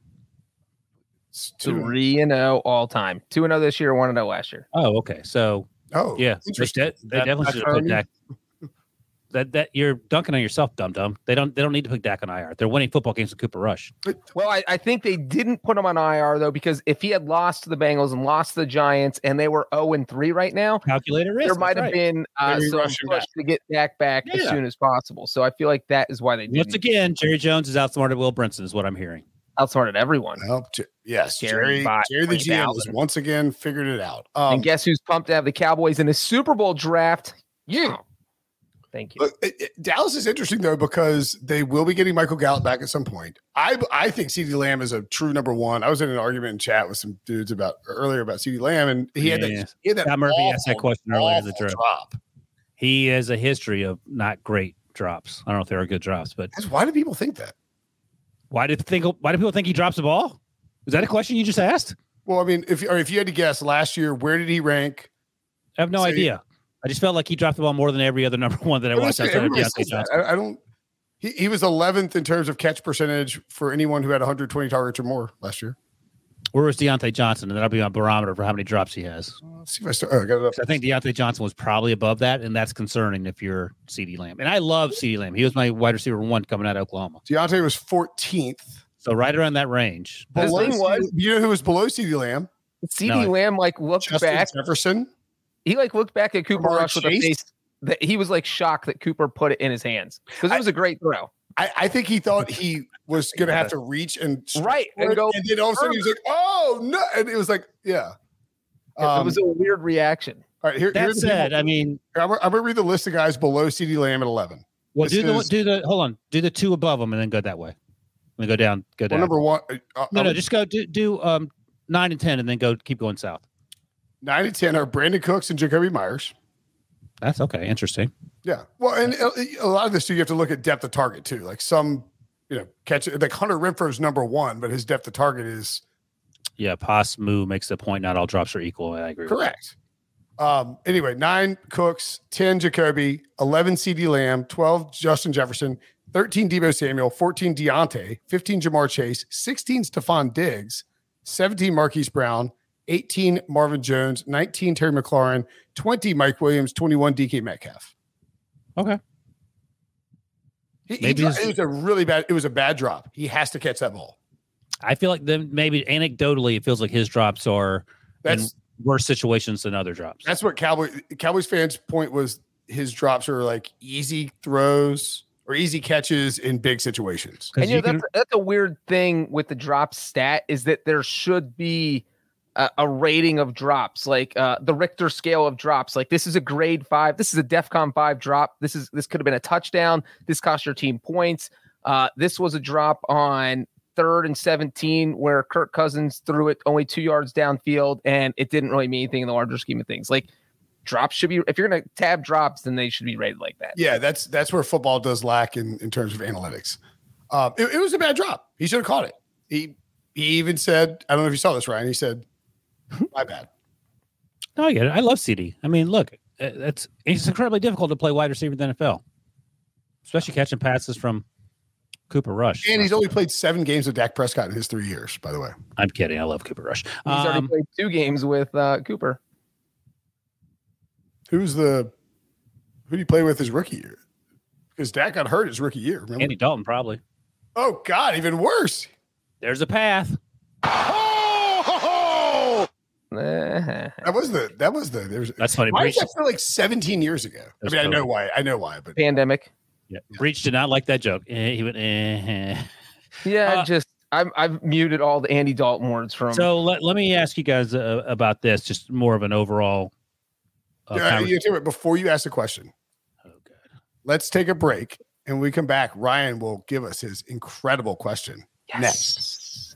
[SPEAKER 1] It's two-
[SPEAKER 3] Three and zero all time. Two and zero this year. One and zero last year.
[SPEAKER 2] Oh, okay. So
[SPEAKER 1] Oh,
[SPEAKER 2] yeah, they,
[SPEAKER 1] Interesting.
[SPEAKER 2] de- they
[SPEAKER 1] That-
[SPEAKER 2] definitely
[SPEAKER 1] that
[SPEAKER 2] should have put
[SPEAKER 1] term-
[SPEAKER 2] Dak. That that you're dunking on yourself, dum dum. They don't they don't need to put Dak on IR. They're winning football games with Cooper Rush.
[SPEAKER 3] Well, I, I think they didn't put him on IR though because if he had lost to the Bengals and lost to the Giants and they were zero and three right now,
[SPEAKER 2] Calculated risk.
[SPEAKER 3] there
[SPEAKER 2] that's
[SPEAKER 3] might have
[SPEAKER 2] right.
[SPEAKER 3] been uh,
[SPEAKER 1] Maybe
[SPEAKER 3] some push
[SPEAKER 1] rushing
[SPEAKER 3] to get Dak back as
[SPEAKER 2] Yeah.
[SPEAKER 3] soon as possible. So I feel like that is why they
[SPEAKER 2] Once
[SPEAKER 3] didn't
[SPEAKER 2] again, Jerry Jones has outsmarted Will Brinson, is what I'm hearing.
[SPEAKER 3] outsmarted everyone.
[SPEAKER 1] Well, Jer- yes, Jerry,
[SPEAKER 3] Jerry
[SPEAKER 1] Jerry,
[SPEAKER 3] by
[SPEAKER 1] the GM has
[SPEAKER 3] 3,000.
[SPEAKER 1] once again figured it out. Um,
[SPEAKER 3] and guess who's pumped to have the Cowboys in a Super Bowl draft? You. Thank you.
[SPEAKER 1] Look, it- it- Uh, Dallas is interesting though because they will be getting Michael Gallup back at some point. I I think Ceedee Lamb is a true number one. I was in an argument in chat with some dudes about earlier about Ceedee Lamb, and he had
[SPEAKER 2] Yeah.
[SPEAKER 1] that. He had that
[SPEAKER 2] Scott Murphy asked that
[SPEAKER 1] awful,
[SPEAKER 2] question earlier in the
[SPEAKER 1] awful
[SPEAKER 2] draft.
[SPEAKER 1] drop.
[SPEAKER 2] He has a history of not great drops. I don't know if there are good drops, but
[SPEAKER 1] That's- why do people think that?
[SPEAKER 2] why do think why do people think he drops the ball? Is that a question you just asked?
[SPEAKER 1] Well, I mean, if or if you had to guess last year, where did he rank?
[SPEAKER 2] I have no
[SPEAKER 1] So you-
[SPEAKER 2] idea. I just felt like he dropped the ball more than every other number [laughs] one that I
[SPEAKER 1] But
[SPEAKER 2] watched
[SPEAKER 1] listen,
[SPEAKER 2] outside of
[SPEAKER 1] everybody
[SPEAKER 2] Deontay
[SPEAKER 1] says that.
[SPEAKER 2] Johnson.
[SPEAKER 1] I, I don't. He, he was 11th in terms of catch percentage for anyone who had 120 targets or more last year.
[SPEAKER 2] Where was Deontay Johnson? And that'll be my barometer for how many drops he has.
[SPEAKER 1] Let's see if I still. Oh, I got it up.
[SPEAKER 2] 'Cause I think Deontay Johnson was probably above that, and that's concerning if you're CD Lamb. And I love CD Lamb. He was my wide receiver one coming out of Oklahoma.
[SPEAKER 1] Deontay was 14th.
[SPEAKER 2] So right around that range.
[SPEAKER 3] His
[SPEAKER 1] Below
[SPEAKER 3] thing
[SPEAKER 1] CeeDee
[SPEAKER 3] was-
[SPEAKER 1] you know who was below CeeDee Lamb?
[SPEAKER 3] CD
[SPEAKER 2] No, I-
[SPEAKER 3] Lamb like looked
[SPEAKER 1] Justin
[SPEAKER 3] back.
[SPEAKER 1] Jefferson.
[SPEAKER 3] He like looked back at Cooper
[SPEAKER 1] Jamar
[SPEAKER 3] Rush with a
[SPEAKER 1] Chase?
[SPEAKER 3] face that he was like shocked that Cooper put it in his hands because
[SPEAKER 1] I-
[SPEAKER 3] it was a great throw.
[SPEAKER 1] I, I think he thought
[SPEAKER 3] [laughs]
[SPEAKER 1] he was going to have to reach and stretch
[SPEAKER 3] Right,
[SPEAKER 1] for
[SPEAKER 3] and
[SPEAKER 1] it,
[SPEAKER 3] go
[SPEAKER 1] and then all of a sudden he was like, "Oh no!" And it was like, "Yeah."
[SPEAKER 3] it
[SPEAKER 1] Um,
[SPEAKER 3] was a weird reaction.
[SPEAKER 1] all right, here,
[SPEAKER 2] That
[SPEAKER 1] here's the people-
[SPEAKER 2] said, I mean,
[SPEAKER 1] I'm, gonna- I'm going to read the list of guys below CD Lamb at 11.
[SPEAKER 2] well,
[SPEAKER 1] This
[SPEAKER 2] do the
[SPEAKER 1] is-
[SPEAKER 2] do the hold on, do the two above them, and then go that way, and then go down, go
[SPEAKER 1] Well,
[SPEAKER 2] down. Oh,
[SPEAKER 1] number one, uh,
[SPEAKER 2] no,
[SPEAKER 1] uh,
[SPEAKER 2] no, just go do do um nine and ten, and then go keep going south.
[SPEAKER 1] nine and ten are Brandon Cooks and Jacoby Myers.
[SPEAKER 2] That's okay, interesting.
[SPEAKER 1] Yeah. Well, and uh, a lot of this too, you have to look at depth of target too. Like some, you know, catch like Hunter Renfro's number one, but his depth of target is
[SPEAKER 2] Yeah, Pass Moo makes the point. Not all drops are equal. I agree. with that.
[SPEAKER 1] Correct. Um, anyway, nine Cooks, 10 Jacoby, 11 CD Lamb, 12 Justin Jefferson, 13 Debo Samuel, 14 Deontay, 15 Jamar Chase, 16 Stephon Diggs, 17 Marquise Brown, 18 Marvin Jones, 19 Terry McLaurin, 20 Mike Williams, 21 DK Metcalf.
[SPEAKER 2] Okay.
[SPEAKER 1] He, he
[SPEAKER 2] Maybe
[SPEAKER 1] dro-
[SPEAKER 2] it's-
[SPEAKER 1] it was a really bad, it was a bad drop. He has to catch that ball.
[SPEAKER 2] I feel like then maybe anecdotally, it feels like his drops are
[SPEAKER 1] That's
[SPEAKER 2] in worse situations than other drops.
[SPEAKER 1] That's what Cowboy Cowboys fans' point was. His drops are like easy throws or easy catches in big situations.
[SPEAKER 2] 'Cause
[SPEAKER 3] And you know,
[SPEAKER 2] you can-
[SPEAKER 3] that's, that's a weird thing with the drop stat is that there should be a, a rating of drops, like uh, the Richter scale of drops. Like this is a grade five, this is a DefCon five drop. This is this could have been a touchdown. This cost your team points. Uh, this was a drop on third and seventeen where Kirk Cousins threw it only two yards downfield, and it didn't really mean anything in the larger scheme of things. Like drops should be if you're gonna tab drops, then they should be rated like that.
[SPEAKER 1] Yeah, that's that's where football does lack in, in terms of analytics. Um, it, it was a bad drop. He should have caught it. He he even said, I don't know if you saw this, Ryan. He said, "My bad."
[SPEAKER 2] No, Oh, I get it. I love CD. I mean, look, uh, that's it's incredibly difficult to play wide receiver in the NFL, especially catching passes from Cooper Rush.
[SPEAKER 1] And he's only played seven games with Dak Prescott in his three years. By the way,
[SPEAKER 2] I'm kidding. I love Cooper Rush.
[SPEAKER 3] He's already
[SPEAKER 2] Um,
[SPEAKER 3] played two games with uh, Cooper.
[SPEAKER 1] who's the who do you play with his rookie year? Because Dak got hurt his rookie year. Remember?
[SPEAKER 2] Andy Dalton probably.
[SPEAKER 1] oh God, even worse.
[SPEAKER 2] There's a path.
[SPEAKER 4] Oh, ho, ho!
[SPEAKER 3] Uh-huh.
[SPEAKER 1] That was the that was the there was
[SPEAKER 2] That's funny.
[SPEAKER 1] Why
[SPEAKER 2] Breach,
[SPEAKER 1] is that feel like 17 years ago? I
[SPEAKER 2] That's
[SPEAKER 1] mean, I know
[SPEAKER 2] COVID.
[SPEAKER 1] why. I know why, but
[SPEAKER 3] pandemic.
[SPEAKER 2] yeah. Breach did not like that joke. Eh, he went, eh, eh.
[SPEAKER 3] Yeah,
[SPEAKER 2] Uh,
[SPEAKER 3] just I'm I've muted all the Andy Dalton words from.
[SPEAKER 2] So let, let me ask you guys uh, about this, just more of an overall. Uh,
[SPEAKER 1] yeah,
[SPEAKER 2] conver-
[SPEAKER 1] you too, but before you ask the question,
[SPEAKER 2] Oh, God.
[SPEAKER 1] let's take a break and we come back. Ryan will give us his incredible question next.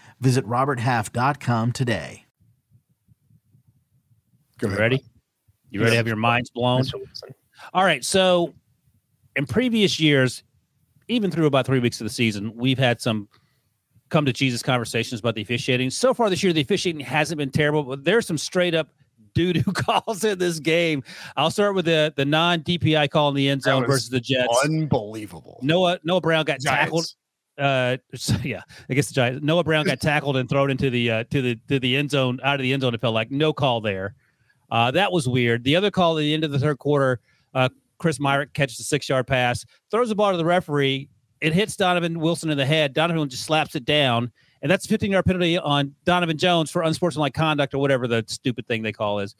[SPEAKER 5] Visit roberthalf.com today.
[SPEAKER 1] Go
[SPEAKER 2] You
[SPEAKER 1] ahead.
[SPEAKER 2] ready? You ready to have your minds blown?
[SPEAKER 3] Mr. Wilson.
[SPEAKER 2] All right. So, in previous years, even through about three weeks of the season, we've had some come to Jesus conversations about the officiating. So far this year, the officiating hasn't been terrible, but there's some straight up doo doo [laughs] calls in this game. I'll start with the the non DPI call in the end
[SPEAKER 1] That
[SPEAKER 2] zone
[SPEAKER 1] was
[SPEAKER 2] versus the Jets.
[SPEAKER 1] Unbelievable.
[SPEAKER 2] Noah Noah Brown got
[SPEAKER 1] Giants.
[SPEAKER 2] tackled uh [laughs] so, yeah i guess the giants noah brown got tackled and thrown into the uh to the to the end zone out of the end zone it felt like no call there uh that was weird the other call at the end of the third quarter uh chris myrick catches a six yard pass throws the ball to the referee it hits donovan wilson in the head donovan just slaps it down and that's a 15 yard penalty on donovan jones for unsportsmanlike conduct or whatever the stupid thing they call is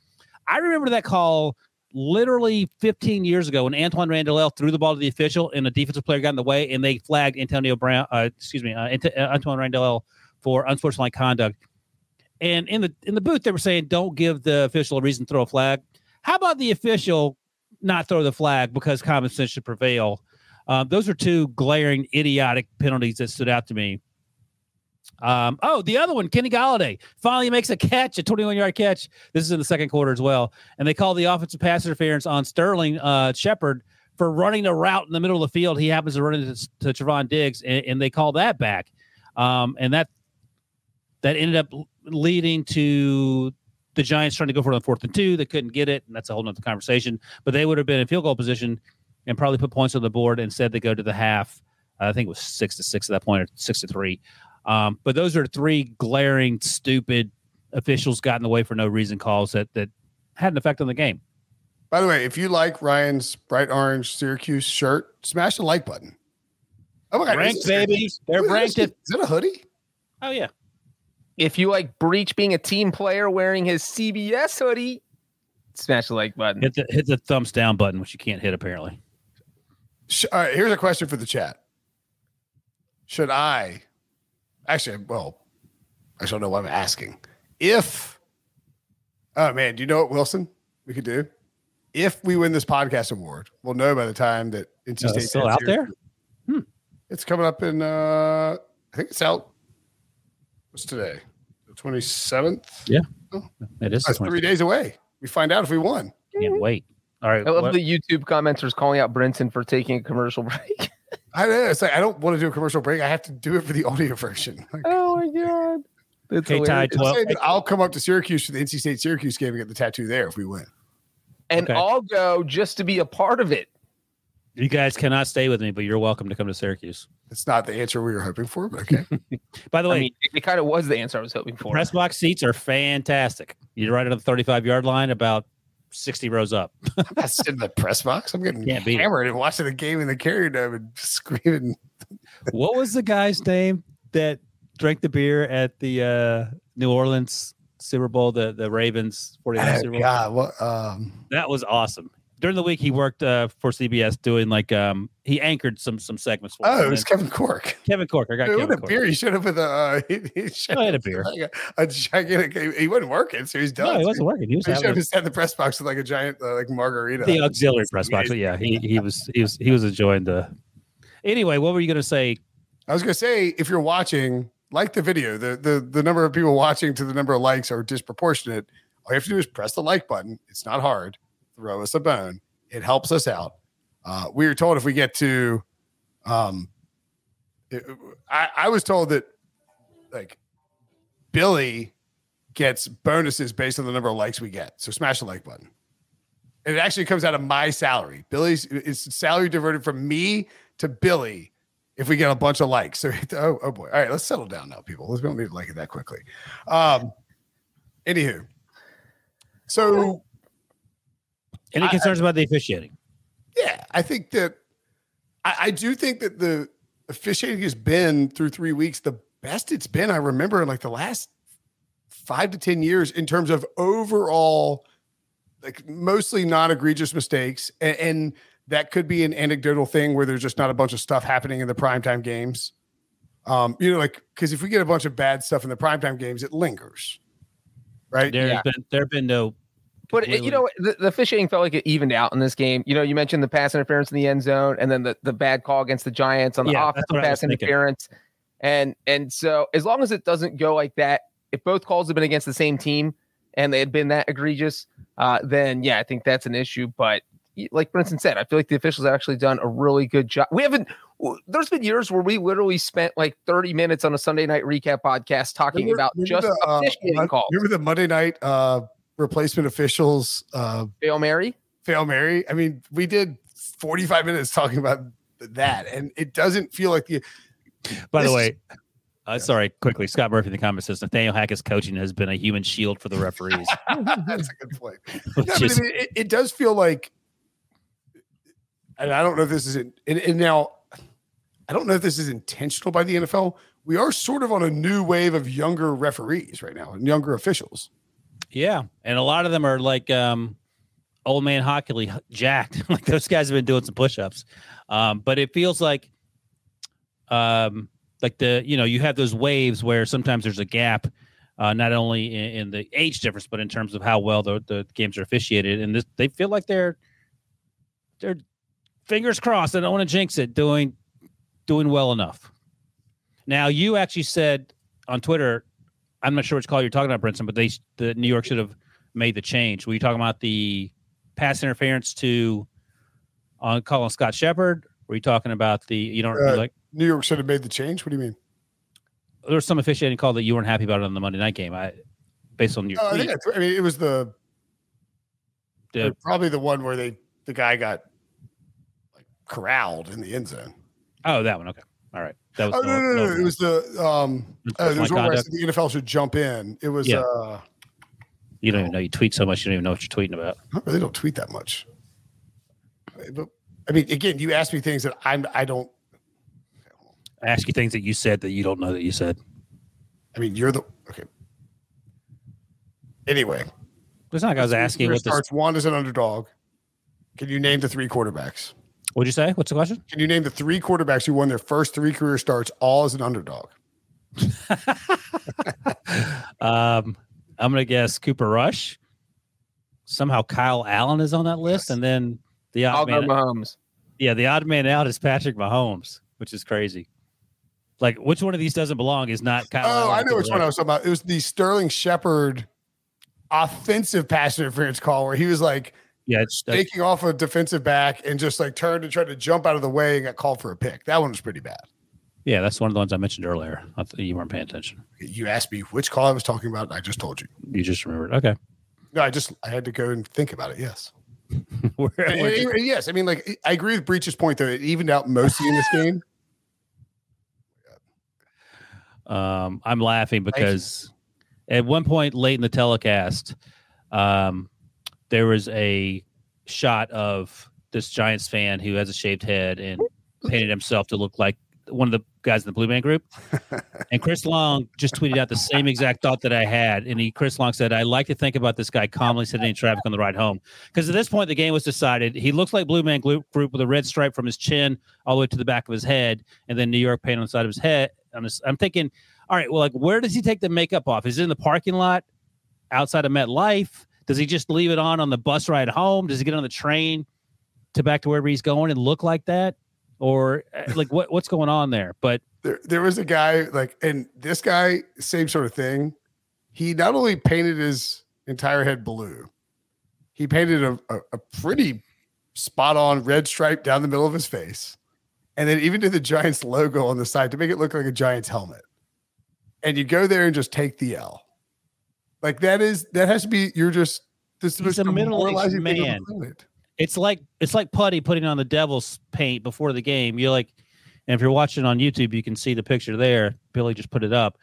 [SPEAKER 2] i remember that call literally 15 years ago when Antoine Randall threw the ball to the official and a defensive player got in the way and they flagged Antonio Brown, uh, excuse me, uh, Ant- uh, Antoine Randall for unsportsmanlike conduct. And in the in the booth, they were saying, "Don't give the official a reason to throw a flag." How about the official not throw the flag because common sense should prevail? Um, those are two glaring idiotic penalties that stood out to me. Um, oh, the other one, Kenny Galladay, finally makes a catch, a 21 yard catch. This is in the second quarter as well and they call the offensive pass interference on Sterling uh, Shepard for running a route in the middle of the field. He happens to run into to Trevon Diggs, and, and they call that back. Um, and that that ended up leading to the Giants trying to go for it on fourth and two. They couldn't get it, and that's a whole nother conversation. But they would have been in field goal position and probably put points on the board. Instead, they go to the half. I think it was six to six at that point, or six to three. Um, but those are three glaring, stupid officials got in the way for no reason calls that that had an effect on the game.
[SPEAKER 1] By the way, if you like Ryan's bright orange Syracuse shirt, smash the like button. Oh my god,
[SPEAKER 2] ranked,
[SPEAKER 1] is it-
[SPEAKER 2] baby. They're
[SPEAKER 1] Wait, is
[SPEAKER 2] ranked.
[SPEAKER 1] it-
[SPEAKER 2] At,
[SPEAKER 1] Is it a hoodie?
[SPEAKER 2] oh yeah,
[SPEAKER 3] If you like Breach being a team player wearing his CBS hoodie, smash the like button.
[SPEAKER 2] hit the hit the thumbs down button, which you can't hit apparently.
[SPEAKER 1] Sh- All right, here's a question for the chat. Should I actually well, I don't know what I'm asking. If oh man, do you know what Wilson we could do? If we win this podcast award, we'll know by the time that NC
[SPEAKER 2] Oh,
[SPEAKER 1] State
[SPEAKER 2] it's still out there? Hmm.
[SPEAKER 1] It's coming up in uh I think it's out. What's today? The 27th?
[SPEAKER 2] It is
[SPEAKER 1] That's
[SPEAKER 2] twenty-
[SPEAKER 1] three days away. We find out if we won.
[SPEAKER 2] Can't wait. All right.
[SPEAKER 3] I love
[SPEAKER 2] what-
[SPEAKER 3] the YouTube commenters calling out Brinson for taking a commercial [laughs] break.
[SPEAKER 1] I know. It's like I don't want to do a commercial break. I have to do it for the [laughs] audio version. Like,
[SPEAKER 3] oh my god. That's
[SPEAKER 2] Okay, Ty,
[SPEAKER 3] hilarious.
[SPEAKER 1] I'm
[SPEAKER 2] Well,
[SPEAKER 1] saying that I'll come up to Syracuse for the NC State Syracuse game and get the tattoo there if we win.
[SPEAKER 3] and
[SPEAKER 2] Okay.
[SPEAKER 3] I'll go just to be a part of it.
[SPEAKER 2] you guys cannot stay with me, but you're welcome to come to Syracuse.
[SPEAKER 1] It's not the answer we were hoping for, but
[SPEAKER 2] [laughs]
[SPEAKER 1] okay.
[SPEAKER 2] By the
[SPEAKER 3] I
[SPEAKER 2] way,
[SPEAKER 3] mean, it, kind of was the answer I was hoping for.
[SPEAKER 2] press box seats are fantastic. You're right at the 35 yard line, about 60 rows up.
[SPEAKER 1] I'm not sitting in the press box. I'm getting
[SPEAKER 2] Can't beat it.
[SPEAKER 1] hammered and watching the game in the carrier dome and screaming.
[SPEAKER 2] [laughs] what was the guy's name that drank the beer at the uh, New Orleans Super Bowl, the the Ravens 49 Super
[SPEAKER 1] Oh,
[SPEAKER 2] Bowl?
[SPEAKER 1] God, what? Um,
[SPEAKER 2] That was awesome. During the week, he worked uh, for CBS doing like um, he anchored some some segments. For us.
[SPEAKER 1] oh, it
[SPEAKER 2] And
[SPEAKER 1] was
[SPEAKER 2] then
[SPEAKER 1] Kevin Cork.
[SPEAKER 2] Kevin Cork. I got
[SPEAKER 1] Dude,
[SPEAKER 2] Kevin
[SPEAKER 1] what a
[SPEAKER 2] Cork.
[SPEAKER 1] beer he showed up with a. Uh, [laughs] he, he showed
[SPEAKER 2] I had a
[SPEAKER 1] up
[SPEAKER 2] beer.
[SPEAKER 1] with Like a, a gigantic. He, he wasn't working, so he's done.
[SPEAKER 2] No, he wasn't working. He was
[SPEAKER 1] He showed up
[SPEAKER 2] having
[SPEAKER 1] in the press box with like a giant uh, like margarita.
[SPEAKER 2] the auxiliary press box. But yeah, he he was he was he was enjoying the. Anyway, what were you gonna say?
[SPEAKER 1] I was gonna say, if you're watching, like the video. The the the number of people watching to the number of likes are disproportionate. All you have to do is press the like button. It's not hard. Throw us a bone. It helps us out. Uh, we were told if we get to, um, it- I I was told that like Billy gets bonuses based on the number of likes we get. So smash the like button. And it actually comes out of my salary. Billy's it's salary diverted from me to Billy if we get a bunch of likes. [laughs] So, oh, oh boy. All right, let's settle down now, people. Let's we don't need to like it that quickly. Um, anywho, so
[SPEAKER 2] Any
[SPEAKER 1] I-
[SPEAKER 2] concerns about the officiating?
[SPEAKER 1] yeah, I think that I, I do think that the officiating has been through three weeks the best it's been. I remember in like the last five to 10 years in terms of overall like mostly non egregious mistakes, and, and that could be an anecdotal thing where there's just not a bunch of stuff happening in the primetime games. Um, you know, like because if we get a bunch of bad stuff in the primetime games, it lingers, right?
[SPEAKER 2] There
[SPEAKER 3] Yeah.
[SPEAKER 2] has been there have been no.
[SPEAKER 3] But it,
[SPEAKER 2] completely-
[SPEAKER 3] you know, the, the officiating felt like it evened out in this game. You know, you mentioned the pass interference in the end zone, and then the, the bad call against the Giants on the
[SPEAKER 2] Yeah, that's
[SPEAKER 3] offensive
[SPEAKER 2] what I was
[SPEAKER 3] pass
[SPEAKER 2] thinking.
[SPEAKER 3] interference, and and so as long as it doesn't go like that, if both calls have been against the same team and they had been that egregious, uh, then yeah, I think that's an issue. But y- like Brinson said, I feel like the officials have actually done a really good job. We haven't. w- There's been years where we literally spent like 30 minutes on a Sunday night recap podcast talking
[SPEAKER 1] Remember-
[SPEAKER 3] about
[SPEAKER 1] remember
[SPEAKER 3] just
[SPEAKER 1] the, uh,
[SPEAKER 3] officiating
[SPEAKER 1] Mon-
[SPEAKER 3] calls.
[SPEAKER 1] Remember the Monday night uh, replacement officials uh,
[SPEAKER 3] Hail Mary.
[SPEAKER 1] fail Mary? I mean, we did 45 minutes talking about that, and it doesn't feel like
[SPEAKER 3] [laughs]
[SPEAKER 1] the [laughs]
[SPEAKER 2] By the
[SPEAKER 1] this
[SPEAKER 2] way, uh, sorry, quickly. Scott Murphy in the comments says Nathaniel Hackett's coaching has been a human shield for
[SPEAKER 1] [laughs]
[SPEAKER 2] the referees. [laughs]
[SPEAKER 1] that's a good point.
[SPEAKER 2] which
[SPEAKER 1] Yeah, but I
[SPEAKER 2] is-
[SPEAKER 1] mean, it, it does feel like, and I don't know if this is in, and, and now I don't know if this is intentional by the NFL. We are sort of on a new wave of younger referees right now and younger officials.
[SPEAKER 2] yeah, and a lot of them are like um, old man Hockley jacked. [laughs] like those guys have been doing some push-ups, um, but it feels like, um, like the you know you have those waves where sometimes there's a gap. Uh, not only in, in the age difference, but in terms of how well the, the games are officiated, and this, they feel like they're they're fingers crossed. I don't want to jinx it. Doing doing well enough. Now you actually said on Twitter, I'm not sure which call you're talking about, Brinson, but they the New York should have made the change. Were you talking about the pass interference to on calling Scott Shepard? Were you talking about the you don't
[SPEAKER 1] Uh,
[SPEAKER 2] like
[SPEAKER 1] New York should have made the change. What do you mean?
[SPEAKER 2] there was some officiating call that you weren't happy about on the Monday night game? I based on your
[SPEAKER 1] No, Oh, I
[SPEAKER 2] tweet, uh,
[SPEAKER 1] think that's, Uh, I mean it was the
[SPEAKER 2] the-
[SPEAKER 1] probably the one where they the guy got like corralled in the end zone.
[SPEAKER 2] oh that one okay all right that was
[SPEAKER 1] Oh
[SPEAKER 2] the-
[SPEAKER 1] no, no,
[SPEAKER 2] that
[SPEAKER 1] no,
[SPEAKER 2] was
[SPEAKER 1] It was the um uh, there was
[SPEAKER 2] my
[SPEAKER 1] one where I
[SPEAKER 2] conduct.
[SPEAKER 1] said the NFL should jump in. It was
[SPEAKER 2] Yeah.
[SPEAKER 1] uh
[SPEAKER 2] you don't even know you tweet so much you don't even know what you're tweeting about.
[SPEAKER 1] I really don't tweet that much. I- But I mean, again, you ask me things that I'm I don't.
[SPEAKER 2] I ask you things that you said that you don't know that you said.
[SPEAKER 1] I mean, you're the okay. Anyway,
[SPEAKER 2] It's not like I was asking
[SPEAKER 1] Career
[SPEAKER 2] what this,
[SPEAKER 1] starts one as an underdog. Can you name the three quarterbacks?
[SPEAKER 2] what'd you say? What's the question?
[SPEAKER 1] Can you name the three quarterbacks who won their first three career starts all as an underdog?
[SPEAKER 2] Um, I'm gonna guess Cooper Rush. Somehow Kyle Allen is on that list, and then the
[SPEAKER 3] I'll
[SPEAKER 2] odd
[SPEAKER 3] go
[SPEAKER 2] man,
[SPEAKER 3] Mahomes.
[SPEAKER 2] yeah, the odd man out is Patrick Mahomes, which is crazy. Like, which one of these doesn't belong is not Kyle.
[SPEAKER 1] Oh,
[SPEAKER 2] Allen
[SPEAKER 1] I
[SPEAKER 2] and
[SPEAKER 1] know
[SPEAKER 2] Cooper
[SPEAKER 1] which one I
[SPEAKER 2] Rush.
[SPEAKER 1] was talking about. It was the Sterling Shepard offensive pass interference call where he was like
[SPEAKER 2] Yeah, it's, that's-
[SPEAKER 1] taking off a defensive back and just like turned and tried to jump out of the way and got called for a pick. That one was pretty bad.
[SPEAKER 2] yeah, that's one of the ones I mentioned earlier. I thought you weren't paying attention.
[SPEAKER 1] You asked me which call I was talking about, and I just told you.
[SPEAKER 2] You just remembered. Okay, [laughs]
[SPEAKER 1] No, I just I had to go and think about it. Yes,
[SPEAKER 2] We're-
[SPEAKER 1] And-
[SPEAKER 2] we're-
[SPEAKER 1] and- and yes. I mean, like I agree with Breach's point though. It evened out mostly in this game.
[SPEAKER 2] Um, I'm laughing because at one point late in the telecast, um, there was a shot of this Giants fan who has a shaved head and painted himself to look like one of the guys in the Blue Man Group. And Chris Long just tweeted out the same exact thought that I had. And he, Chris Long said, I like to think about this guy calmly sitting in traffic on the ride home. Because at this point, the game was decided. He looks like Blue Man Group Group with a red stripe from his chin all the way to the back of his head, and then New York paint on the side of his head. I'm, just, I'm thinking, all right, well, like, where does he take the makeup off? Is it in the parking lot outside of MetLife? Does he just leave it on on the bus ride home? Does he get on the train to back to wherever he's going and look like that? Or uh, like, what what's going on there? But
[SPEAKER 1] There, there was a guy like, and this guy, same sort of thing. He not only painted his entire head blue, he painted a, a, a pretty spot on red stripe down the middle of his face, and then even did the Giants logo on the side to make it look like a Giants helmet. And you go there and just take the L. Like that is that has to be you're just this is
[SPEAKER 2] He's
[SPEAKER 1] the
[SPEAKER 2] a
[SPEAKER 1] most
[SPEAKER 2] middle-aged
[SPEAKER 1] demoralizing thing on the
[SPEAKER 2] man.
[SPEAKER 1] planet.
[SPEAKER 2] it's like it's like putty putting on the devil's paint before the game. You're like, and if you're watching on YouTube, you can see the picture there. Billy just put it up,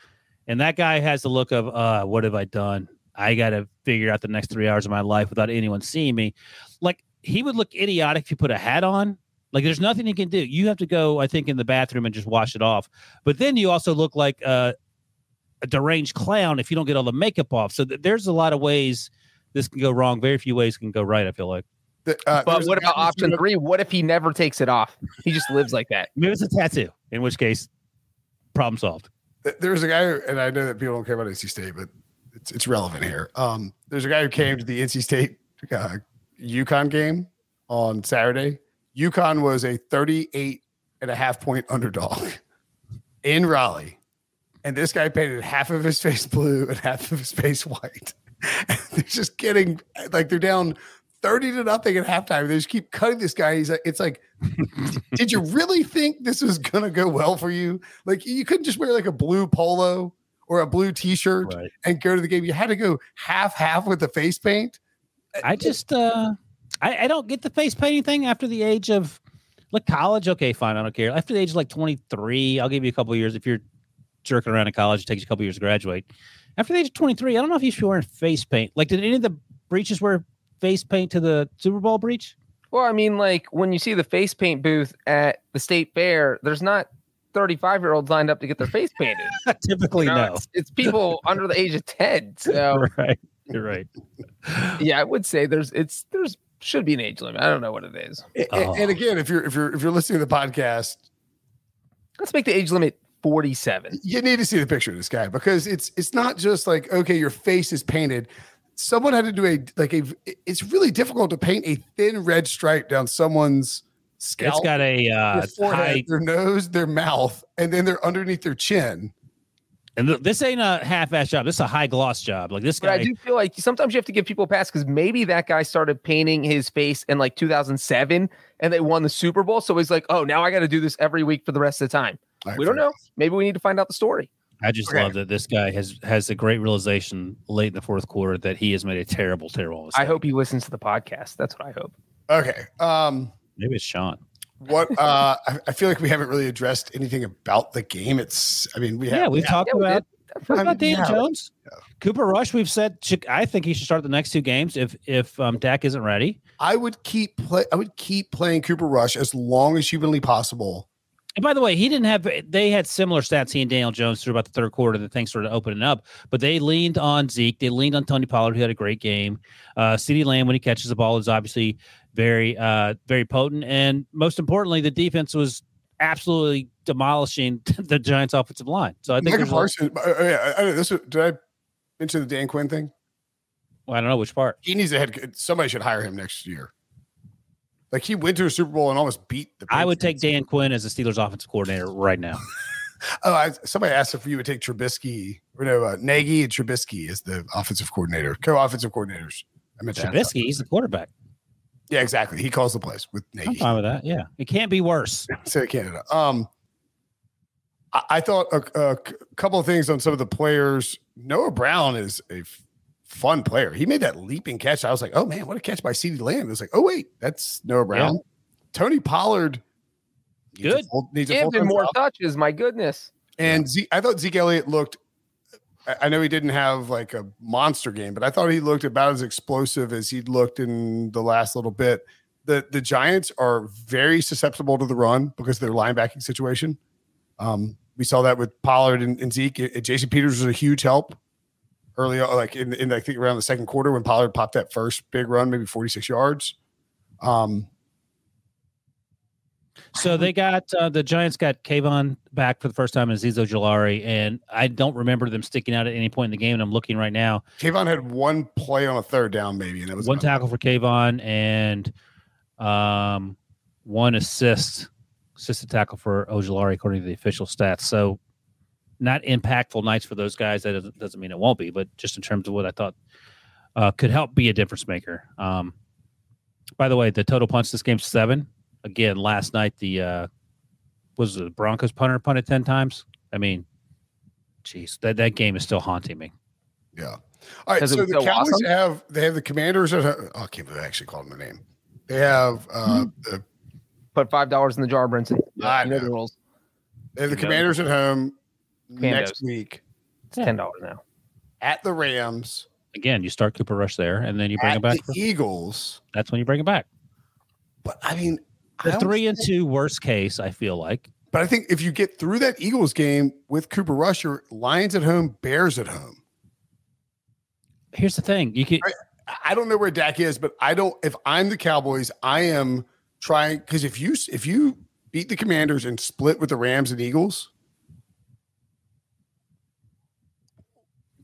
[SPEAKER 2] and that guy has the look of, uh, what have I done? I got to figure out the next three hours of my life without anyone seeing me. Like he would look idiotic if you put a hat on. Like there's nothing he can do. You have to go, I think, in the bathroom and just wash it off. But then you also look like uh, a deranged clown if you don't get all the makeup off. So th- there's a lot of ways this can go wrong. Very few ways can go right. I feel like
[SPEAKER 1] The- uh,
[SPEAKER 3] But
[SPEAKER 1] there's-
[SPEAKER 3] what about option three? What if he never takes it off? He just lives like that.
[SPEAKER 2] maybe it's a tattoo. In which case, problem solved.
[SPEAKER 1] There's a guy, and I know that people don't care about NC State, but it's, it's relevant here. Um, there's a guy who came to the NC State uh, UConn game on Saturday. UConn was a 38 and a half point underdog [laughs] in Raleigh. And this guy painted half of his [laughs] face blue and half of his face white. [laughs] And they're just getting like they're down 30 to nothing at halftime. They just keep cutting this guy. He's like, it's like, did you really think this was gonna go well for you? Like you couldn't just wear like a blue polo or a blue t-shirt
[SPEAKER 2] Right.
[SPEAKER 1] and go to the game. You had to go half half with the face paint.
[SPEAKER 2] I just uh I, I don't get the face painting thing after the age of like college. Okay, fine, I don't care. After the age of like 23, I'll give you a couple of years if you're jerking around in college. It takes you a couple of years to graduate. After the age of 23, I don't know if you should be wearing face paint. Like, did any of the breaches wear face paint to the Super Bowl breach?
[SPEAKER 3] Well, I mean, like when you see the face paint booth at the state fair, there's not 35 year olds lined up to get their face [laughs] painted.
[SPEAKER 2] [laughs] Typically,
[SPEAKER 3] You know,
[SPEAKER 2] no.
[SPEAKER 3] It's, it's people [laughs] under the age of 10. So
[SPEAKER 2] [laughs] Right, you're right.
[SPEAKER 3] yeah, I would say there's it's there's should be an age limit. I don't know what it is.
[SPEAKER 1] A- a-
[SPEAKER 2] Oh.
[SPEAKER 1] And again, if you're if you're if you're listening to the podcast,
[SPEAKER 3] Let's make the age limit 47.
[SPEAKER 1] you need to see the picture of this guy because it's it's not just like okay, your face is painted. Someone had to do a like a. It's really difficult to paint a thin red stripe down someone's scalp,
[SPEAKER 2] It's got a
[SPEAKER 1] their
[SPEAKER 2] uh,
[SPEAKER 1] forehead,
[SPEAKER 2] high,
[SPEAKER 1] their nose, their mouth, and then they're underneath their chin.
[SPEAKER 2] and th- this ain't a half-ass job. This is a high gloss job. Like this
[SPEAKER 3] But I
[SPEAKER 2] guy,
[SPEAKER 3] do feel like sometimes you have to give people a pass because maybe that guy started painting his face in like 2007 and they won the Super Bowl. So he's like, oh, now I got to do this every week for the rest of the time.
[SPEAKER 1] All right,
[SPEAKER 3] We don't
[SPEAKER 1] fair.
[SPEAKER 3] know. Maybe we need to find out the story.
[SPEAKER 2] I just
[SPEAKER 1] Okay.
[SPEAKER 2] love that this guy has has a great realization late in the fourth quarter that he has made a terrible, terrible mistake.
[SPEAKER 3] I hope he listens to the podcast. That's what I hope.
[SPEAKER 1] Okay. Um.
[SPEAKER 2] Maybe it's Sean.
[SPEAKER 1] What? Uh. I, I feel like we haven't really addressed anything about the game. It's. I mean, we
[SPEAKER 2] Yeah,
[SPEAKER 1] have.
[SPEAKER 2] we've talked
[SPEAKER 3] Yeah, we
[SPEAKER 2] about
[SPEAKER 1] I
[SPEAKER 2] talked about
[SPEAKER 1] mean,
[SPEAKER 2] Dan
[SPEAKER 1] yeah.
[SPEAKER 2] Jones, Cooper Rush. We've said should- I think he should start the next two games if if um, Dak isn't ready.
[SPEAKER 1] I would keep play. I would keep playing Cooper Rush as long as humanly possible.
[SPEAKER 2] And by the way, he didn't have. They had similar stats. He and Daniel Jones through about the third quarter. The things started opening up, but they leaned on Zeke. They leaned on Tony Pollard, who had a great game. Uh, Ceedee Lamb, when he catches the ball, is obviously very, uh, very potent. And most importantly, the defense was absolutely demolishing [laughs] the Giants' offensive line. So I think
[SPEAKER 1] Michael
[SPEAKER 2] there's
[SPEAKER 1] Parsons.
[SPEAKER 2] a-
[SPEAKER 1] uh, uh, yeah, I, I, this was- did I mention the Dan Quinn thing?
[SPEAKER 2] well, I don't know which part.
[SPEAKER 1] He needs a head. co- Somebody should hire him next year. Like he went to a Super Bowl and almost beat the.
[SPEAKER 2] I would take
[SPEAKER 1] Patriots.
[SPEAKER 2] Dan Quinn as the Steelers' offensive coordinator right now.
[SPEAKER 1] Oh, I, somebody asked if you would take Trubisky or no uh, Nagy and Trubisky as the offensive coordinator, co-offensive coordinators. I meant that.
[SPEAKER 2] Trubisky, he's the quarterback.
[SPEAKER 1] Yeah, exactly. He calls the plays with
[SPEAKER 2] I'm
[SPEAKER 1] Nagy.
[SPEAKER 2] fine with that. Yeah, it can't be worse.
[SPEAKER 1] [laughs] State of Canada. Um, I, I thought a, a c- couple of things on some of the players. Noah Brown is a f- fun player. He made that leaping catch. I was like, oh man, what a catch by CeeDee Lamb. It was like, oh wait, that's Noah Brown. Tony Pollard. needs a
[SPEAKER 2] Good.
[SPEAKER 1] full- needs a
[SPEAKER 3] Give him
[SPEAKER 1] full-time
[SPEAKER 3] more
[SPEAKER 1] job.
[SPEAKER 3] touches. My goodness.
[SPEAKER 1] And Zeke, I thought Zeke Elliott looked. I- I know he didn't have like a monster game, but I thought he looked about as explosive as he'd looked in the last little bit. The the Giants are very susceptible to the run because of their linebacking situation. Um, we saw that with Pollard and, and Zeke. And Jason Peters was a huge help early on, like in, in I think around the second quarter when Pollard popped that first big run, maybe 46 yards. Um,
[SPEAKER 2] So they got uh, the Giants got Kayvon back for the first time in Zizo Jolari, and I don't remember them sticking out at any point in the game. And I'm looking right now.
[SPEAKER 1] Kayvon had one play on a third down, maybe, and that was
[SPEAKER 2] One
[SPEAKER 1] about it.
[SPEAKER 2] tackle for Kayvon and um, one assist, assisted tackle for Ojolari according to the official stats. So not impactful nights for those guys. That doesn't- doesn't mean it won't be, but just in terms of what I thought uh, could help be a difference maker. Um, by the way, the total punts this game's seven. Again, last night the uh, was it the Broncos punter punted ten times. I mean, jeez, that that game is still haunting me.
[SPEAKER 1] Yeah. All right.
[SPEAKER 3] 'Cause it
[SPEAKER 1] So
[SPEAKER 3] was
[SPEAKER 1] the
[SPEAKER 3] so
[SPEAKER 1] Cowboys
[SPEAKER 3] awesome?
[SPEAKER 1] have they have the Commanders. At, oh, I can't believe I actually called them the name. They have uh,
[SPEAKER 3] Hmm.
[SPEAKER 1] the,
[SPEAKER 3] Put five dollars in the jar, Brinson.
[SPEAKER 1] I
[SPEAKER 3] you know
[SPEAKER 1] know.
[SPEAKER 3] the rules.
[SPEAKER 1] they have the
[SPEAKER 2] Commandos.
[SPEAKER 1] Commanders at home next
[SPEAKER 3] Commandos.
[SPEAKER 1] week
[SPEAKER 3] It's ten dollars now.
[SPEAKER 1] at the Rams
[SPEAKER 2] Again, you start Cooper Rush there, and then you bring
[SPEAKER 1] at
[SPEAKER 2] him back.
[SPEAKER 1] the
[SPEAKER 2] for-
[SPEAKER 1] Eagles.
[SPEAKER 2] that's when you bring it back.
[SPEAKER 1] But I mean, I
[SPEAKER 2] The
[SPEAKER 1] don't
[SPEAKER 2] three and
[SPEAKER 1] think-
[SPEAKER 2] two worst case, I feel like.
[SPEAKER 1] But I think if you get through that Eagles game with Cooper Rush, your Lions at home, Bears at home.
[SPEAKER 2] Here's the thing: you can.
[SPEAKER 1] I don't know where Dak is, but I don't. If I'm the Cowboys, I am trying because if you if you beat the Commanders and split with the Rams and Eagles,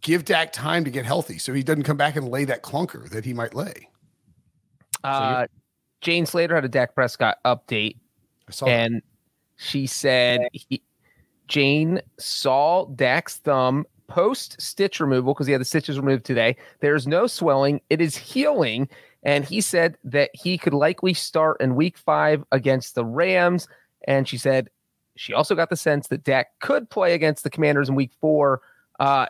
[SPEAKER 1] give Dak time to get healthy so he doesn't come back and lay that clunker that he might lay.
[SPEAKER 3] Uh, Jane Slater had a Dak Prescott update,
[SPEAKER 1] I saw that.
[SPEAKER 3] and she said he, Jane saw Dak's thumb post stitch removal because he had the stitches removed today. There's no swelling, it is healing. And he said that he could likely start in week five against the Rams. And she said she also got the sense that Dak could play against the Commanders in week four. Uh,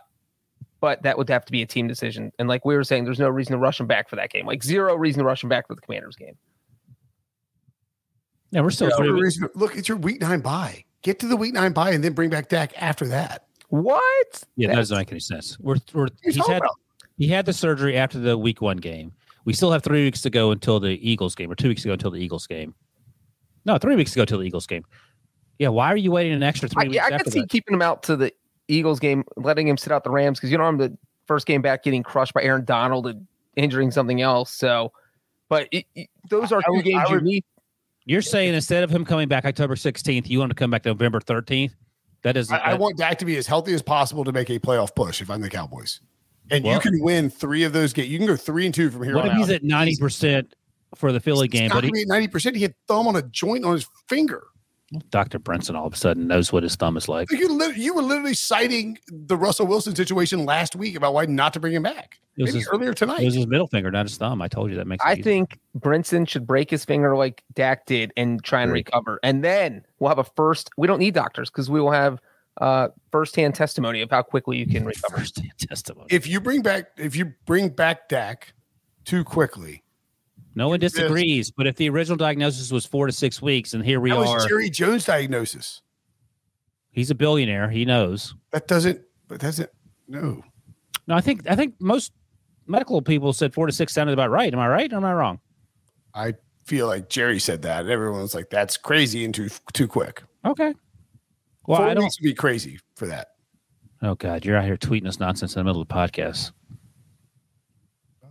[SPEAKER 3] but that would have to be a team decision. And like we were saying, there's no reason to rush him back for that game. Like zero reason to rush him back for the Commanders game.
[SPEAKER 2] Yeah, we're still
[SPEAKER 1] There's
[SPEAKER 2] three
[SPEAKER 1] no
[SPEAKER 2] weeks.
[SPEAKER 1] reason- Look, it's your week nine bye. Get to the week nine bye and then bring back Dak after that.
[SPEAKER 3] What?
[SPEAKER 2] Yeah, that doesn't make any sense. We're, we're
[SPEAKER 1] What are you
[SPEAKER 2] he's
[SPEAKER 1] talking
[SPEAKER 2] had
[SPEAKER 1] about?
[SPEAKER 2] he had the surgery after the week one game. We still have three weeks to go until the Eagles game, or two weeks to go until the Eagles game. No, three weeks to go till the Eagles game. Yeah, why are you waiting an extra three
[SPEAKER 3] I,
[SPEAKER 2] weeks?
[SPEAKER 3] yeah, I
[SPEAKER 2] after
[SPEAKER 3] could see
[SPEAKER 2] that?
[SPEAKER 3] keeping him out to the Eagles game, letting him sit out the Rams because you don't want him the first game back getting crushed by Aaron Donald and injuring something else. So, but it, it- those are
[SPEAKER 1] I
[SPEAKER 3] two
[SPEAKER 1] would-
[SPEAKER 3] games
[SPEAKER 1] I
[SPEAKER 3] you
[SPEAKER 1] would-
[SPEAKER 3] need.
[SPEAKER 2] You're saying instead of him coming back October 16th, you want him to come back November 13th? That is,
[SPEAKER 1] I, I
[SPEAKER 2] that-
[SPEAKER 1] want Dak to be as healthy as possible to make a playoff push if I'm the Cowboys. And you
[SPEAKER 2] Well-
[SPEAKER 1] can win three of those games. You can go three and two from here
[SPEAKER 2] what
[SPEAKER 1] on
[SPEAKER 2] if
[SPEAKER 1] out.
[SPEAKER 2] he's at 90% for the Philly game, but he,
[SPEAKER 1] ninety percent. He had thumb on a joint on his finger.
[SPEAKER 2] Dr. Brinson all of a sudden knows what his thumb is like.
[SPEAKER 1] Like, You, lit- you were literally citing the Russell Wilson situation last week about why not to bring him back.
[SPEAKER 2] It was
[SPEAKER 1] Maybe
[SPEAKER 2] his-
[SPEAKER 1] earlier tonight.
[SPEAKER 2] It was his middle finger, not his thumb. I told you that makes it
[SPEAKER 3] I
[SPEAKER 2] easy. [laughs]
[SPEAKER 3] think Brinson should break his finger like Dak did and try and
[SPEAKER 2] Break.
[SPEAKER 3] recover. And then we'll have a first, we don't need doctors because we will have uh firsthand testimony of how quickly you can recover.
[SPEAKER 2] first testimony.
[SPEAKER 1] if you bring back if you bring back Dak too quickly,
[SPEAKER 2] no one disagrees, but if the original diagnosis was four to six weeks, and here we
[SPEAKER 1] that
[SPEAKER 2] are,
[SPEAKER 1] was Jerry Jones' diagnosis.
[SPEAKER 2] he's a billionaire. He knows.
[SPEAKER 1] That doesn't. That doesn't. No.
[SPEAKER 2] No, I think I think most medical people said four to six sounded about right. Am I right? Or am I wrong?
[SPEAKER 1] I feel like Jerry said that, and everyone was like, "That's crazy and too too quick."
[SPEAKER 2] Okay. Well,
[SPEAKER 1] Four
[SPEAKER 2] I don't.
[SPEAKER 1] weeks would be crazy for that.
[SPEAKER 2] Oh God, you're out here tweeting us nonsense in the middle of the podcast.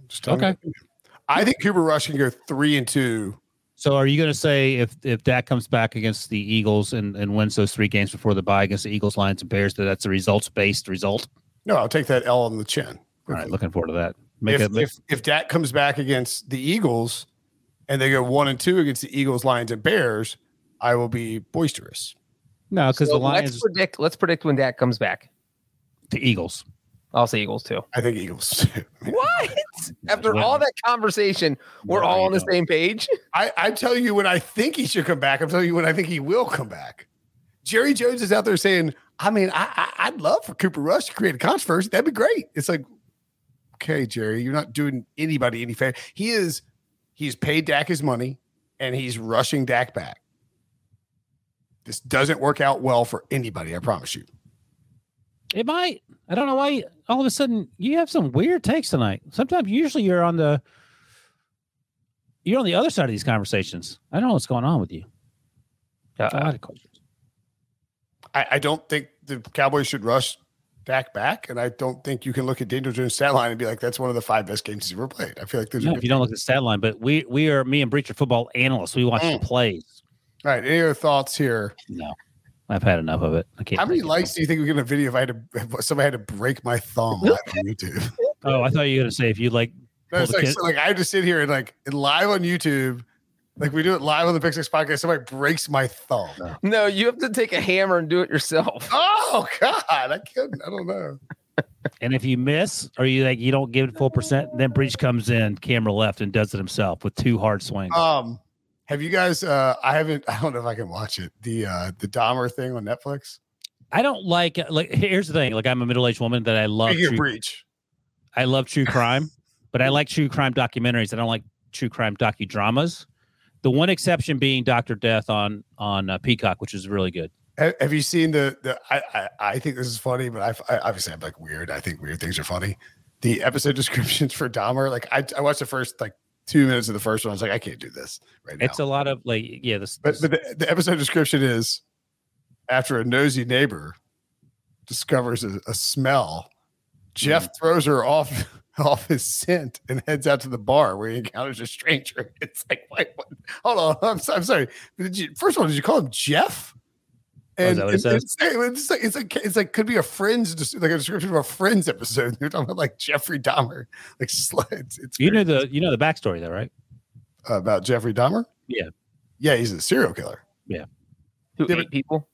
[SPEAKER 1] Just tell me
[SPEAKER 2] Okay.
[SPEAKER 1] what to do. I think Cooper Rush can go three and two.
[SPEAKER 2] So, are you going to say if if Dak comes back against the Eagles and, and wins those three games before the bye against the Eagles, Lions, and Bears that that's a results based result?
[SPEAKER 1] No, I'll take that L on the chin.
[SPEAKER 2] All right, looking forward to that. Make
[SPEAKER 1] if,
[SPEAKER 2] a,
[SPEAKER 1] if if Dak comes back against the Eagles and they go one and two against the Eagles, Lions, and Bears, I will be boisterous.
[SPEAKER 2] no, because
[SPEAKER 3] So
[SPEAKER 2] the Lions,
[SPEAKER 3] let's predict, let's predict when Dak comes back.
[SPEAKER 2] the Eagles.
[SPEAKER 3] I'll say Eagles
[SPEAKER 2] [laughs]
[SPEAKER 3] too.
[SPEAKER 1] I think Eagles. [laughs]
[SPEAKER 3] What? After
[SPEAKER 2] Well-
[SPEAKER 3] all that conversation, we're
[SPEAKER 2] Well,
[SPEAKER 3] all on
[SPEAKER 2] you
[SPEAKER 3] the same page.
[SPEAKER 1] I, I'm telling you when I think he should come back. I'm telling you when I think he will come back. Jerry Jones is out there saying, I mean, I, I I'd love for Cooper Rush to create a controversy. That'd be great. It's like, okay, Jerry, you're not doing anybody any favor. He is he's paid Dak his money and he's rushing Dak back. This doesn't work out well for anybody, I promise you.
[SPEAKER 2] It might. I don't know why. All of a sudden, you have some weird takes tonight. Sometimes, usually, you're on the you're on the other side of these conversations. I don't know what's going on with you. God.
[SPEAKER 1] Uh, I, I don't think the Cowboys should rush Dak back, and I don't think you can look at Daniel Jones' stat line and be like, "That's one of the five best games he's ever played." I feel like there's
[SPEAKER 2] No,
[SPEAKER 1] a
[SPEAKER 2] if you don't look at the stat line, but we we are me and Breach are football analysts. We watch
[SPEAKER 1] Mm.
[SPEAKER 2] the plays.
[SPEAKER 1] All right. Any other thoughts here?
[SPEAKER 2] No, I've had enough of it. I can't.
[SPEAKER 1] How many
[SPEAKER 2] take it.
[SPEAKER 1] likes do you think we get in a video if I had to, if somebody had to break my thumb
[SPEAKER 2] [laughs]
[SPEAKER 1] live on YouTube?
[SPEAKER 2] Oh, I thought you were gonna say if you like.
[SPEAKER 1] No, it's
[SPEAKER 2] Pull
[SPEAKER 1] like,
[SPEAKER 2] the kid-
[SPEAKER 1] so, like I have to sit here and like and live on YouTube, like we do it live on the Big Six podcast. Somebody breaks my thumb.
[SPEAKER 3] No, you have to take a hammer and do it yourself.
[SPEAKER 1] Oh God, I couldn't. I don't know.
[SPEAKER 2] And if you miss, or you like you don't give it full percent, then Breach comes in camera left and does it himself with two hard swings.
[SPEAKER 1] Um, have you guys? uh I haven't. [laughs] I don't know if I can watch it. The uh the Dahmer thing on Netflix.
[SPEAKER 2] I don't like like. Here's the thing: like I'm a middle aged woman that I love.
[SPEAKER 1] Speaking of
[SPEAKER 2] true-
[SPEAKER 1] breach.
[SPEAKER 2] I love true crime, but I like true crime documentaries. I don't like true crime docudramas. The one exception being Doctor Death on on uh, Peacock, which is really good.
[SPEAKER 1] Have, have you seen the the? I, I I think this is funny, but I've- I, obviously I'm like weird. I think weird things are funny. The episode [laughs] descriptions for Dahmer, like I, I watched the first like two minutes of the first one. I was like, I can't do this right now.
[SPEAKER 2] It's a lot of like yeah. This,
[SPEAKER 1] but but the, the episode description is after a nosy neighbor discovers a, a smell, Jeff
[SPEAKER 2] Mm.
[SPEAKER 1] throws her off [laughs] off his scent and heads out to the bar where he encounters a stranger. [laughs] It's like, wait, what? hold on, [laughs] I'm, so- I'm sorry. Did you, first of all, did you call him Jeff?
[SPEAKER 2] Oh, is
[SPEAKER 1] And
[SPEAKER 2] that what it
[SPEAKER 1] it's,
[SPEAKER 2] says?
[SPEAKER 1] it's, it's like it's like it's like could be a friends des- like a description of a friends episode. [laughs] They're talking about like Jeffrey Dahmer, like [laughs] sl- it's, it's
[SPEAKER 2] You know
[SPEAKER 1] weird.
[SPEAKER 2] the you know the backstory though, right?
[SPEAKER 1] about Jeffrey Dahmer.
[SPEAKER 2] Yeah.
[SPEAKER 1] yeah, he's a serial killer.
[SPEAKER 3] Who
[SPEAKER 1] Yeah,
[SPEAKER 3] ate people?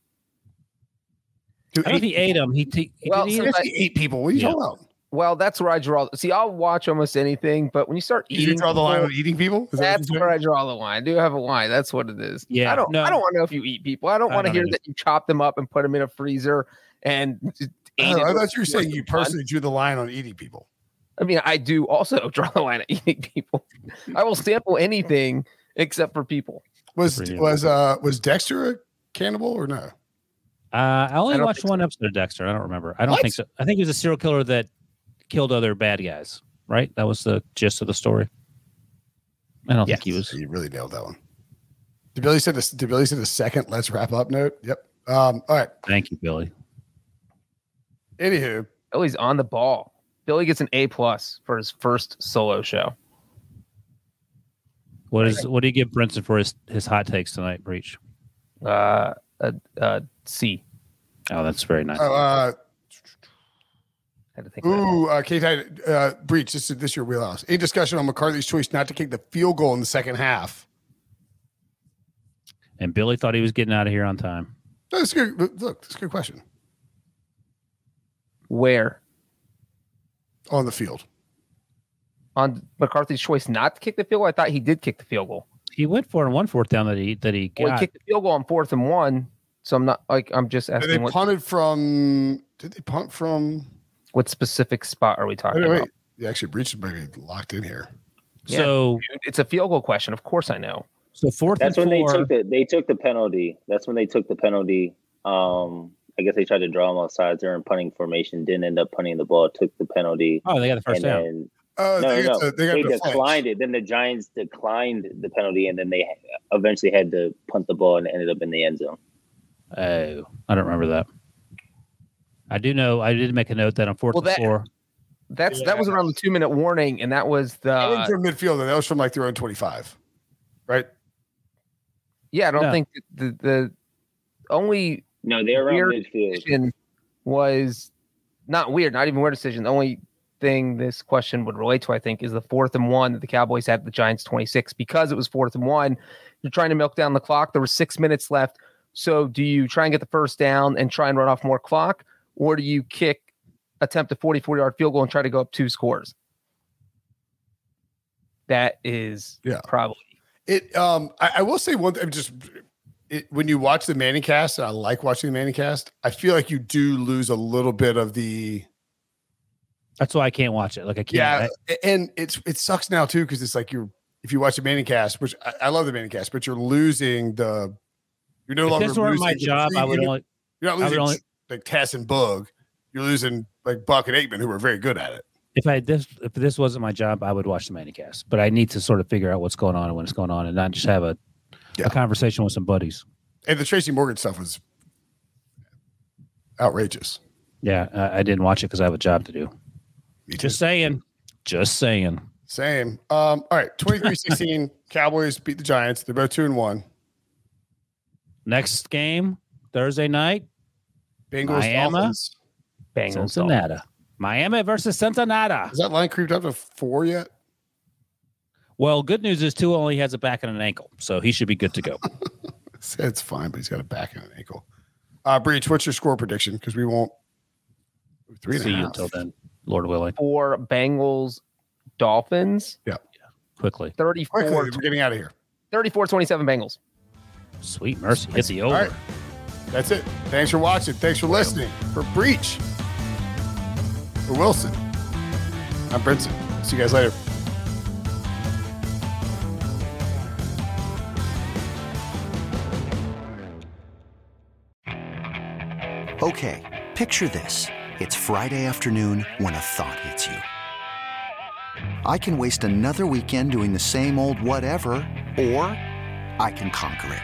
[SPEAKER 1] Who
[SPEAKER 2] I don't know if he ate him. He, t- he
[SPEAKER 3] Well,
[SPEAKER 2] did he
[SPEAKER 3] so
[SPEAKER 2] eat-
[SPEAKER 3] that-
[SPEAKER 1] he ate people. What are you
[SPEAKER 2] Yeah.
[SPEAKER 1] talking about?
[SPEAKER 3] Well, that's where I draw. See, I'll watch almost anything, but when you start
[SPEAKER 1] Did you
[SPEAKER 3] eating,
[SPEAKER 1] draw the line
[SPEAKER 3] people,
[SPEAKER 1] on eating people? Is that what
[SPEAKER 3] That's
[SPEAKER 1] you're
[SPEAKER 3] where
[SPEAKER 1] saying?
[SPEAKER 3] I draw the line. I do have a line. That's what it is.
[SPEAKER 2] Yeah,
[SPEAKER 3] I don't.
[SPEAKER 2] no.
[SPEAKER 3] I don't want to know if you eat people. I don't
[SPEAKER 2] I
[SPEAKER 3] want to
[SPEAKER 2] don't
[SPEAKER 3] hear
[SPEAKER 2] either.
[SPEAKER 3] that you chop them up and put them in a freezer and. [laughs] just ate
[SPEAKER 1] Oh,
[SPEAKER 3] it
[SPEAKER 1] I
[SPEAKER 3] with-
[SPEAKER 1] thought you were saying you personally drew the line on eating people.
[SPEAKER 3] I mean, I do also [laughs] draw the line at eating people. I will sample anything except for people.
[SPEAKER 1] Was
[SPEAKER 2] Pretty
[SPEAKER 1] was uh was Dexter a cannibal or no?
[SPEAKER 2] Uh, I only
[SPEAKER 3] I don't
[SPEAKER 2] watched
[SPEAKER 3] think
[SPEAKER 2] one episode of Dexter. I don't remember. I don't
[SPEAKER 1] What?
[SPEAKER 2] think so. I think he was a serial killer that killed other bad guys. Right? That was the gist of the story. I don't think he was.
[SPEAKER 1] You really nailed that one. Did Billy said this? Did Billy say the second? Let's wrap up. Note. Yep. Um. All right.
[SPEAKER 2] Thank you, Billy.
[SPEAKER 1] Anywho,
[SPEAKER 3] Oh, he's on the ball. Billy gets an A plus for his first solo show.
[SPEAKER 2] What is? What do you give Brinson for his his hot takes tonight, Breach?
[SPEAKER 3] Uh, a, a C.
[SPEAKER 2] Oh, that's very nice.
[SPEAKER 1] oh, uh,
[SPEAKER 3] I had to think. about it.
[SPEAKER 1] ooh, uh, Kate, Hyde, uh, breach. This is this is your wheelhouse. A discussion on McCarthy's choice not to kick the field goal in the second half.
[SPEAKER 2] And Billy thought he was getting out of here on time.
[SPEAKER 1] No, That's a good. Look, that's a good question.
[SPEAKER 3] Where
[SPEAKER 1] On the field,
[SPEAKER 3] on McCarthy's choice not to kick the field goal? I thought he did kick the field goal.
[SPEAKER 2] He went for it on one fourth down that he that he
[SPEAKER 3] Well, he
[SPEAKER 2] got.
[SPEAKER 3] kicked the field goal on fourth and one. So I'm not like I'm just
[SPEAKER 1] And they
[SPEAKER 3] asking what,
[SPEAKER 1] punted from. Did they punt from?
[SPEAKER 3] what specific spot are we talking
[SPEAKER 1] Wait, wait.
[SPEAKER 3] about?
[SPEAKER 1] Yeah, actually, breach is maybe locked in here.
[SPEAKER 3] Yeah.
[SPEAKER 2] So
[SPEAKER 3] Dude, It's a field goal question. Of course I know.
[SPEAKER 2] so fourth
[SPEAKER 6] That's
[SPEAKER 2] and
[SPEAKER 6] when they
[SPEAKER 2] four.
[SPEAKER 6] took the they took the penalty. That's when they took the penalty. Um, I guess they tried to draw them off sides. They're in punting formation. Didn't end up punting the ball. Took the penalty.
[SPEAKER 2] oh, they got the first
[SPEAKER 6] and
[SPEAKER 2] down.
[SPEAKER 6] then
[SPEAKER 1] Oh,
[SPEAKER 6] no, no,
[SPEAKER 1] they, got
[SPEAKER 6] no.
[SPEAKER 1] to-
[SPEAKER 6] they,
[SPEAKER 1] got to flinch.
[SPEAKER 6] declined it. Then the Giants declined the penalty, and then they eventually had to punt the ball and it ended up in the end zone.
[SPEAKER 2] Oh, I don't remember that. I do know. I did make a note that on fourth
[SPEAKER 3] Well,
[SPEAKER 2] and
[SPEAKER 3] that-
[SPEAKER 2] four.
[SPEAKER 3] That's that was around the two minute warning, and that was the
[SPEAKER 1] That wasn't from midfield, though. That was from like their own 25, right?
[SPEAKER 3] yeah. I don't
[SPEAKER 2] No.
[SPEAKER 3] think the the only
[SPEAKER 6] No, they're around
[SPEAKER 3] Weird
[SPEAKER 6] midfield.
[SPEAKER 3] decision was not weird, not even weird decision. The only thing this question would relate to, I think, is the fourth and one that the Cowboys had at the Giants 26 because it was fourth and one. You're trying to milk down the clock. There were six minutes left. So do you try and get the first down and try and run off more clock, or do you kick, attempt a 44 yard field goal and try to go up two scores? That is
[SPEAKER 1] Yeah.
[SPEAKER 3] probably
[SPEAKER 1] It, um, I, I will say one thing, just it, when you watch the Manning cast, and I like watching the Manning cast, I feel like you do lose a little bit of the,
[SPEAKER 2] That's why I can't watch it. Like I can't.
[SPEAKER 1] yeah. and it's, it sucks now too, because it's like you're, if you watch the Manning cast, which I, I love the Manning cast, but you're losing the, you're no
[SPEAKER 2] if
[SPEAKER 1] longer
[SPEAKER 2] this were
[SPEAKER 1] losing
[SPEAKER 2] my
[SPEAKER 1] the
[SPEAKER 2] job, I
[SPEAKER 1] three-
[SPEAKER 2] would only.
[SPEAKER 1] you're not
[SPEAKER 2] I would
[SPEAKER 1] losing
[SPEAKER 2] only-
[SPEAKER 1] like Tess and Bug. You're losing like Buck and Aikman, who were very good at it.
[SPEAKER 2] If I this if this wasn't my job, I would watch the Manicast. But I need to sort of figure out what's going on and when it's going on, and not just have a
[SPEAKER 1] Yeah.
[SPEAKER 2] a conversation with some buddies.
[SPEAKER 1] And the Tracy Morgan stuff was outrageous.
[SPEAKER 2] Yeah, I, I didn't watch it because I have a job to do.
[SPEAKER 1] Me too.
[SPEAKER 2] Just saying. Just saying.
[SPEAKER 1] Same. Um, all right,
[SPEAKER 2] [laughs]
[SPEAKER 1] 23-16, Cowboys beat the Giants. They're both two and one.
[SPEAKER 2] Next game Thursday night,
[SPEAKER 1] Bengals
[SPEAKER 2] Miami?
[SPEAKER 1] Dolphins.
[SPEAKER 3] Bengals. Dolphins.
[SPEAKER 2] Cincinnati, Miami versus Cincinnati.
[SPEAKER 1] Is that line creeped up to four yet?
[SPEAKER 2] Well, good news is Tua only has a back and an ankle, so he should be good to go.
[SPEAKER 1] It's- It's fine, but he's got a back and an ankle. Uh, Breach, what's your score prediction? Because we won't [laughs] three and a
[SPEAKER 2] See you
[SPEAKER 1] half.
[SPEAKER 2] until then, Lord willing.
[SPEAKER 3] For Bengals, Dolphins,
[SPEAKER 2] Quickly,
[SPEAKER 3] 34
[SPEAKER 1] Quickly, we're getting out of here.
[SPEAKER 3] 34 27 Bengals.
[SPEAKER 2] sweet mercy, hit the over.
[SPEAKER 1] All right. That's it. Thanks for watching. Thanks for listening. For Breach, for Wilson, I'm Brinson. See you guys later.
[SPEAKER 7] Okay, picture this. It's Friday afternoon when a thought hits you. I can waste another weekend doing the same old whatever, or I can conquer it.